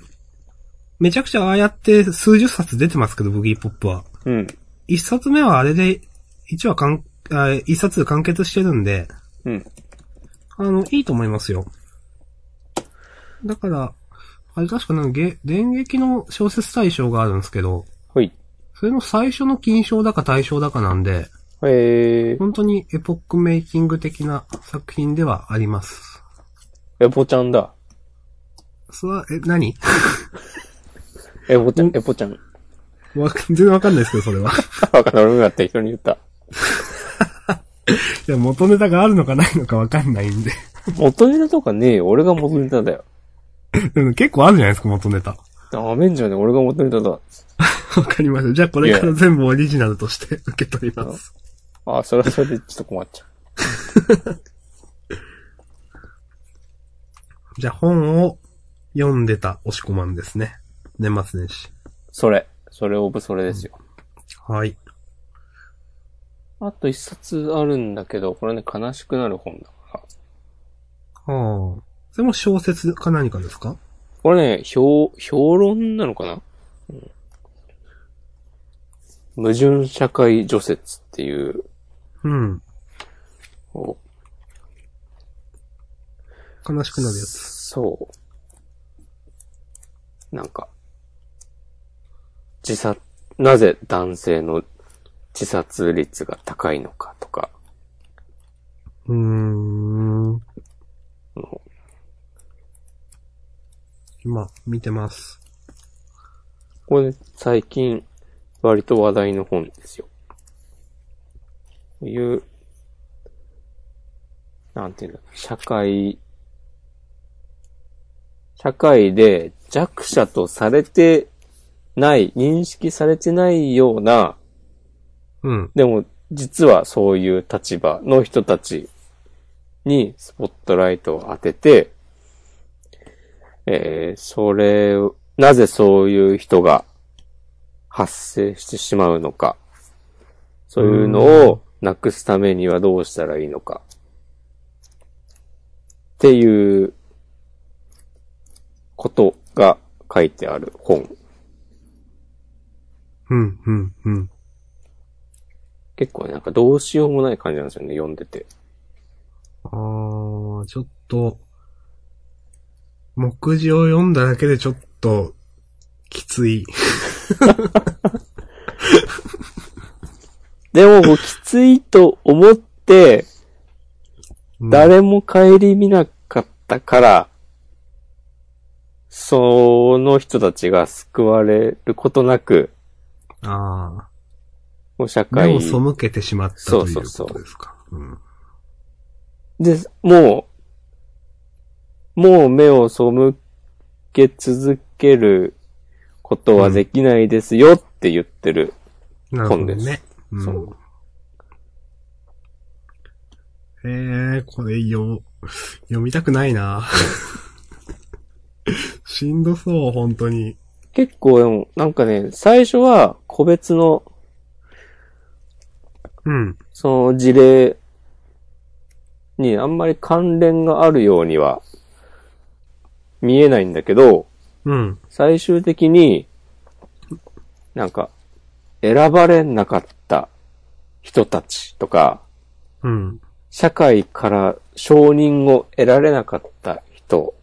めちゃくちゃああやって数十冊出てますけど、ブギーポップは。うん。一冊目はあれで、一話かん、あ一冊で完結してるんで、うん。あの、いいと思いますよ。だから、あれ確かなんかげ、電撃の小説大賞があるんですけど、ほい。それの最初の金賞だか大賞だかなんで、えー、本当にエポックメイキング的な作品ではあります。エポちゃんだ。それは、え、何 [LAUGHS] エポちゃ、うんエポちゃん。わ全然わかんないですけど、それは。 [LAUGHS] わかんない。俺もやって人に言った。いや、元ネタがあるのかないのかわかんないんで。 [LAUGHS] 元ネタとかねえよ。俺が元ネタだよ。でも結構あるじゃないですか、元ネタ。ダメんじゃねえ。俺が元ネタだ。わかりました。じゃあこれから全部オリジナルとして受け取ります。あ、それはそれでちょっと困っちゃじゃあ本を読んでた押し込まんですね。年末年始。う。それ。それオブそれですよ。はい。あと一冊あるんだけど、これね、悲しくなる本だから。はあ。それも小説か何かですかこれね、評、評論なのかな、うん矛盾社会除雪っていううん。こう悲しくなるやつ。そう。なんか、自殺、なぜ男性の自殺率が高いのかとか、うーん。あの今、見てます。これ、ね、最近、割と話題の本ですよ。こういう、なんていうんだ、社会、社会で弱者とされてない、認識されてないような、うん。でも、実はそういう立場の人たちにスポットライトを当てて、えーそれを、なぜそういう人が発生してしまうのか、そういうのをなくすためにはどうしたらいいのか、っていうことが書いてある本。うん、うん、うん。結構ねなんかどうしようもない感じなんですよね、読んでて。あー、ちょっと、目次を読んだだけでちょっと、きつい。でも、もうきついと思って、うん誰も帰り見なかったから、その人たちが救われることなく、あもう社ー。目会を背けてしまったというそうそこうそうとですか。うんで、もう、もう目を背け続けることはできないですよって言ってる。なるほど本でね。うんそうえー、これよ、読みたくないな [LAUGHS] しんどそう、本当に。結構でも、なんかね、最初は個別のうん。その事例にあんまり関連があるようには見えないんだけど、うん。最終的になんか選ばれなかった人たちとか、うん。社会から承認を得られなかった人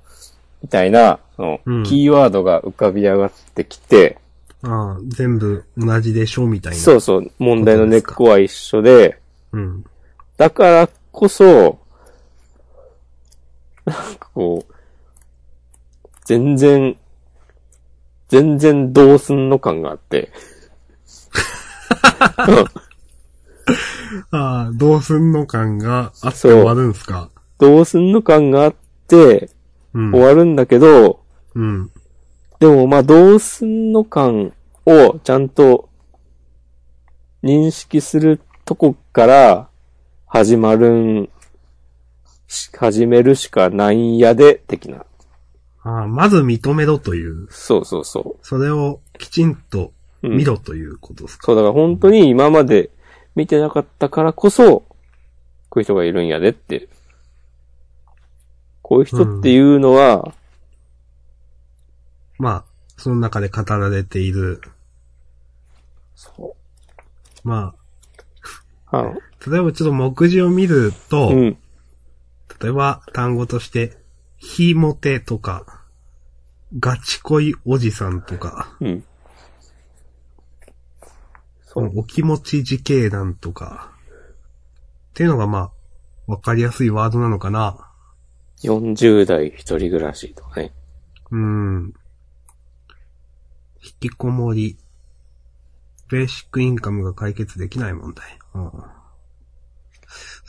みたいな、そうんのキーワードが浮かび上がってきて、ああ、全部同じでしょ、みたいな。。そううそう、問題の根っこは一緒で、うん。だからこそ、なんかこう、全然、全然どうすんの感があって。 [LAUGHS] ああ、どうすんの感があってそう終わるんすか。どうすんの感があって、うん。終わるんだけど、うん。でもまあどうすんの感をちゃんと認識するとこから始まるん、し始めるしかないんやで、的な。ああ、まず認めろという。そうそうそそれをきちんう。とうん見ろということですか。そう、だから本当に今まで見てなかったからこそ、こういう人がいるんやでって。こういう人っていうのは、まあ、その中で語られている。そまう。あの、あ、例えばちょっと目次を見ると、うん。例えば単語として、ひもてとか、ガチ恋おじさんとか、うん。そう。お気持ち時系団とか、っていうのがまあ、わかりやすいワードなのかな。 40代一人暮らしとかね。うん。引きこもり。ベーシックインカムが解決できない問題。うん、そ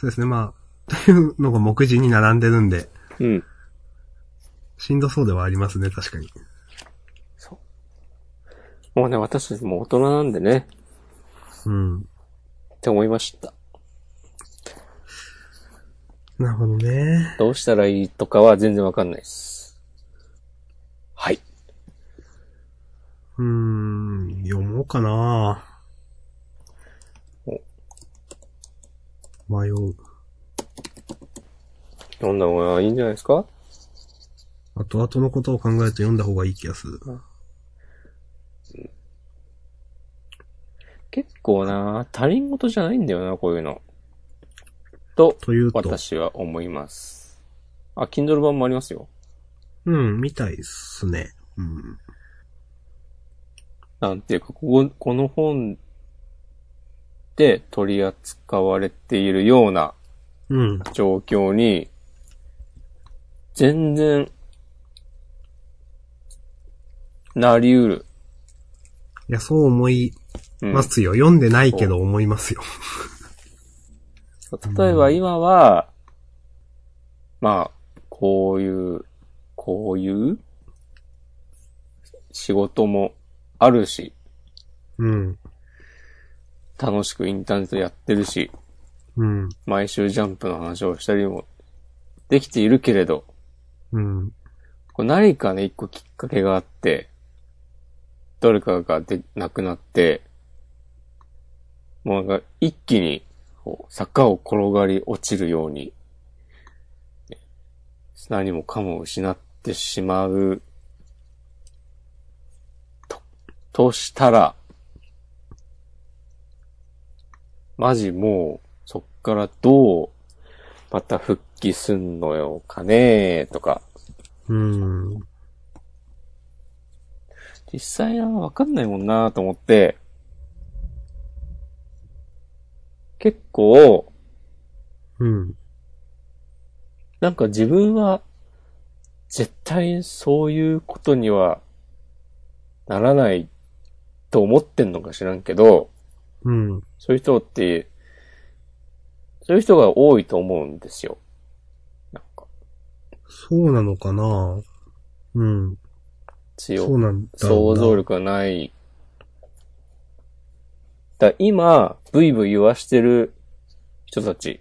うですね、まあ、 [LAUGHS] というのが目次に並んでるんで、うん。しんどそうではありますね、確かに。そう。もうね、私たちも大人なんでね、うん。って思いました。なるほどね。どうしたらいいとかは全然わかんないです。はい。うーん、読もうかな迷う。読んだ方がいいんじゃないですか後々のことを考えて読んだ方がいい気がする。結構な、他人事じゃないんだよな、こういうの。と、というと、私は思います。あ、Kindle 版もありますよ。うん、みたいっすね。うん。なんていうか、ここ、この本で取り扱われているようなうん。状況に、全然、なりうる。いや、そう思いうんますよ。読んでないけど思いますよ。例えば今は、まあ、こういう、こういう仕事もあるし、うん。楽しくインターネットやってるし、うん。毎週ジャンプの話をしたりもできているけれど、うん。こう何かね、一個きっかけがあって、誰かがで亡くなって、もうなんか一気にこう坂を転がり落ちるように、ね何もかも失ってしまう、と、としたら、マジもう、そっからどう、また復帰すんのよかねとか、うん。実際はわかんないもんなと思って、結構、うん。なんか自分は、絶対にそういうことには、ならないと思ってんのか知らんけど、うん。そういう人って、そういう人が多いと思うんですよ。なんか、そうなのかなうん。強そうなんだろ想うな。像力がない。だから今、ブイブイ言わしてる人たち、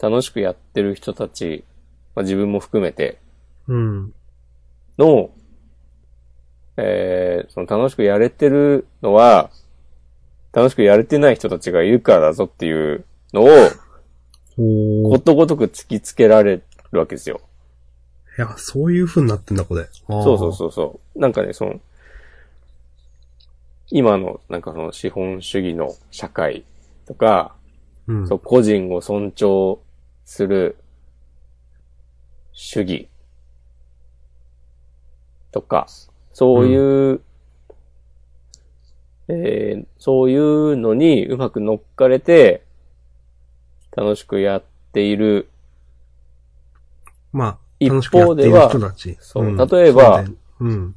楽しくやってる人たち、まあ、自分も含めてうん。の、えー、その楽しくやれてるのは、楽しくやれてない人たちがいるからだぞっていうのを、おーこ。とごとく突きつけられるわけですよ。いや、そういう風になってんだ、これ。そうそうう。そうそう。なんかね、その、今の、なんかその資本主義の社会とか、うん。そう、個人を尊重する主義とか、そういう、えーそういうのにうまく乗っかれて、楽しくやっている。まあ、一楽しくや方ってでいはる人たち。そううん例えばそうだようん。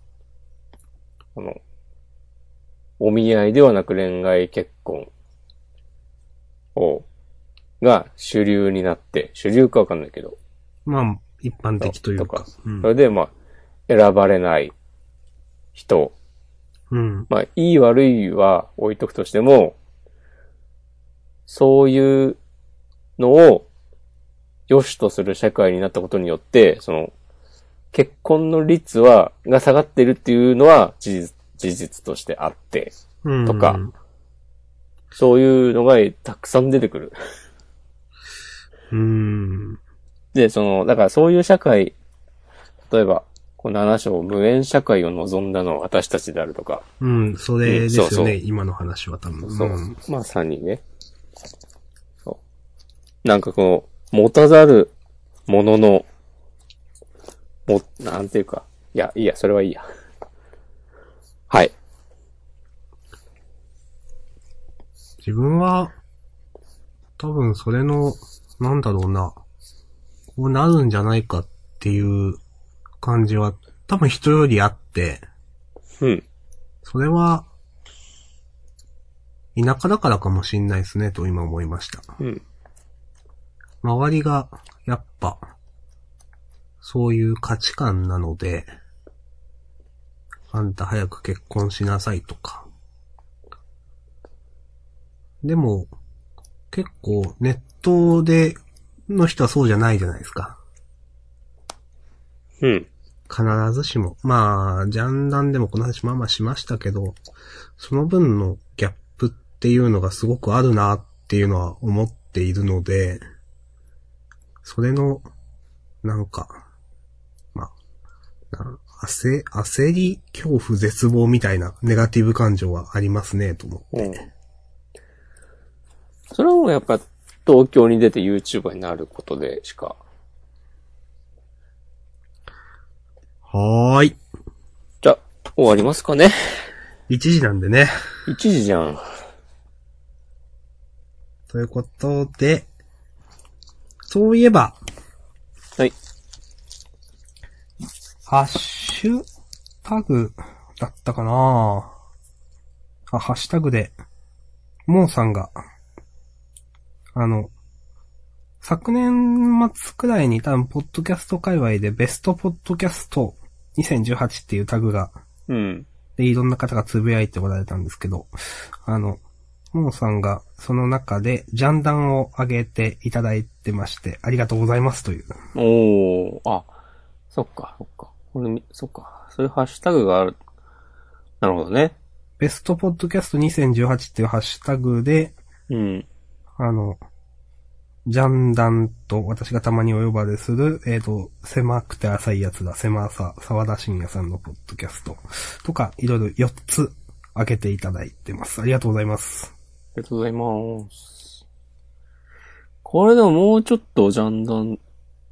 あの、お見合いではなく恋愛結婚を、が主流になって、主流かわかんないけど、まあ、一般的というか。うんそ。れでまあ、選ばれない人、うん。まあ、いい悪いは置いとくとしても、そういうのを良しとする社会になったことによって、その、結婚の率は、が下がってるっていうのは事実、事実としてあって、うん。とかそういうのがたくさん出てくる。うん。で、その、だからそういう社会、例えば、この7章、無縁社会を望んだのは私たちであるとか、うん、それですうんそようそね、う今の話は多分。そう、んまさにね。そう。なんかこう、持たざるものの、も、なんていうか、いや、いいや、それはいいや。はい。自分は、多分それの、なんだろうな、こうなるんじゃないかっていう感じは、多分人よりあって、うん。それは、田舎だからかもしんないですね、と今思いました。うん。周りが、やっぱ、そういう価値観なので、あんた早く結婚しなさいとか。でも、結構ネットでの人はそうじゃないじゃないですか。うん。必ずしも。まあ、ジャンダンでもこの話まあまあしましたけど、その分のギャップっていうのがすごくあるなっていうのは思っているので、それの、なんか、まあ、な焦、焦り、恐怖、絶望みたいなネガティブ感情はありますね、と思うん。それはもうやっぱ、東京に出て YouTuber になることでしか。う。はーい。じゃあ、終わりますかね。 1時なんでね。 1時じゃん。ということで、そういえば、はい。ハッシュタグだったかなあ、ハッシュタグで、モーさんが、あの、昨年末くらいに多分、ポッドキャスト界隈でベストポッドキャスト2018っていうタグが、うん。で、いろんな方がつぶやいておられたんですけど、あの、モーさんがその中でジャンダンを上げていただいてまして、ありがとうございますという。おー、あ、そっか、そっか。これみ、そっか。そういうハッシュタグがある。なるほどね。ベストポッドキャスト2018っていうハッシュタグで、うん。あの、ジャンダンと私がたまにお呼ばれする、えっ、と、狭くて浅いやつだ、狭さ、沢田信也さんのポッドキャストとか、いろいろ4つ開けていただいてます。ありがとうございます。ありがとうございます。これでももうちょっとジャンダン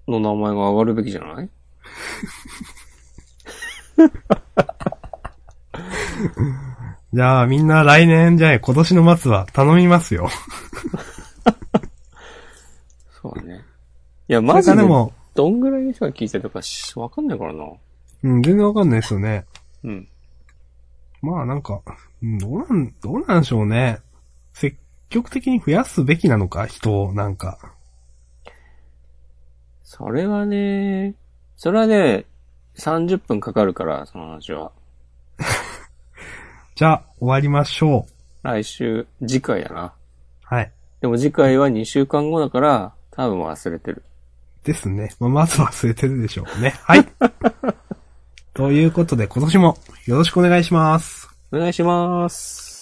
の名前が上がるべきじゃないじゃあみんな来年じゃない、今年の末は頼みますよ。そうだね。いや、マジそでれか、も、どんぐらいの人が聞いてるかしわかんないからな。うん、全然わかんないですよね。うん。まあなんか、うんどうなん、どうなんでしょうね。積極的に増やすべきなのか、人を、なんか。それはね、それはね、30分かかるから、その話は。じゃあ、終わりましょう。来週、次回だな。はい。でも次回は2週間後だから、多分忘れてる。ですね。まあ、まず忘れてるでしょうね。はい。ということで、今年もよろしくお願いします。お願いします。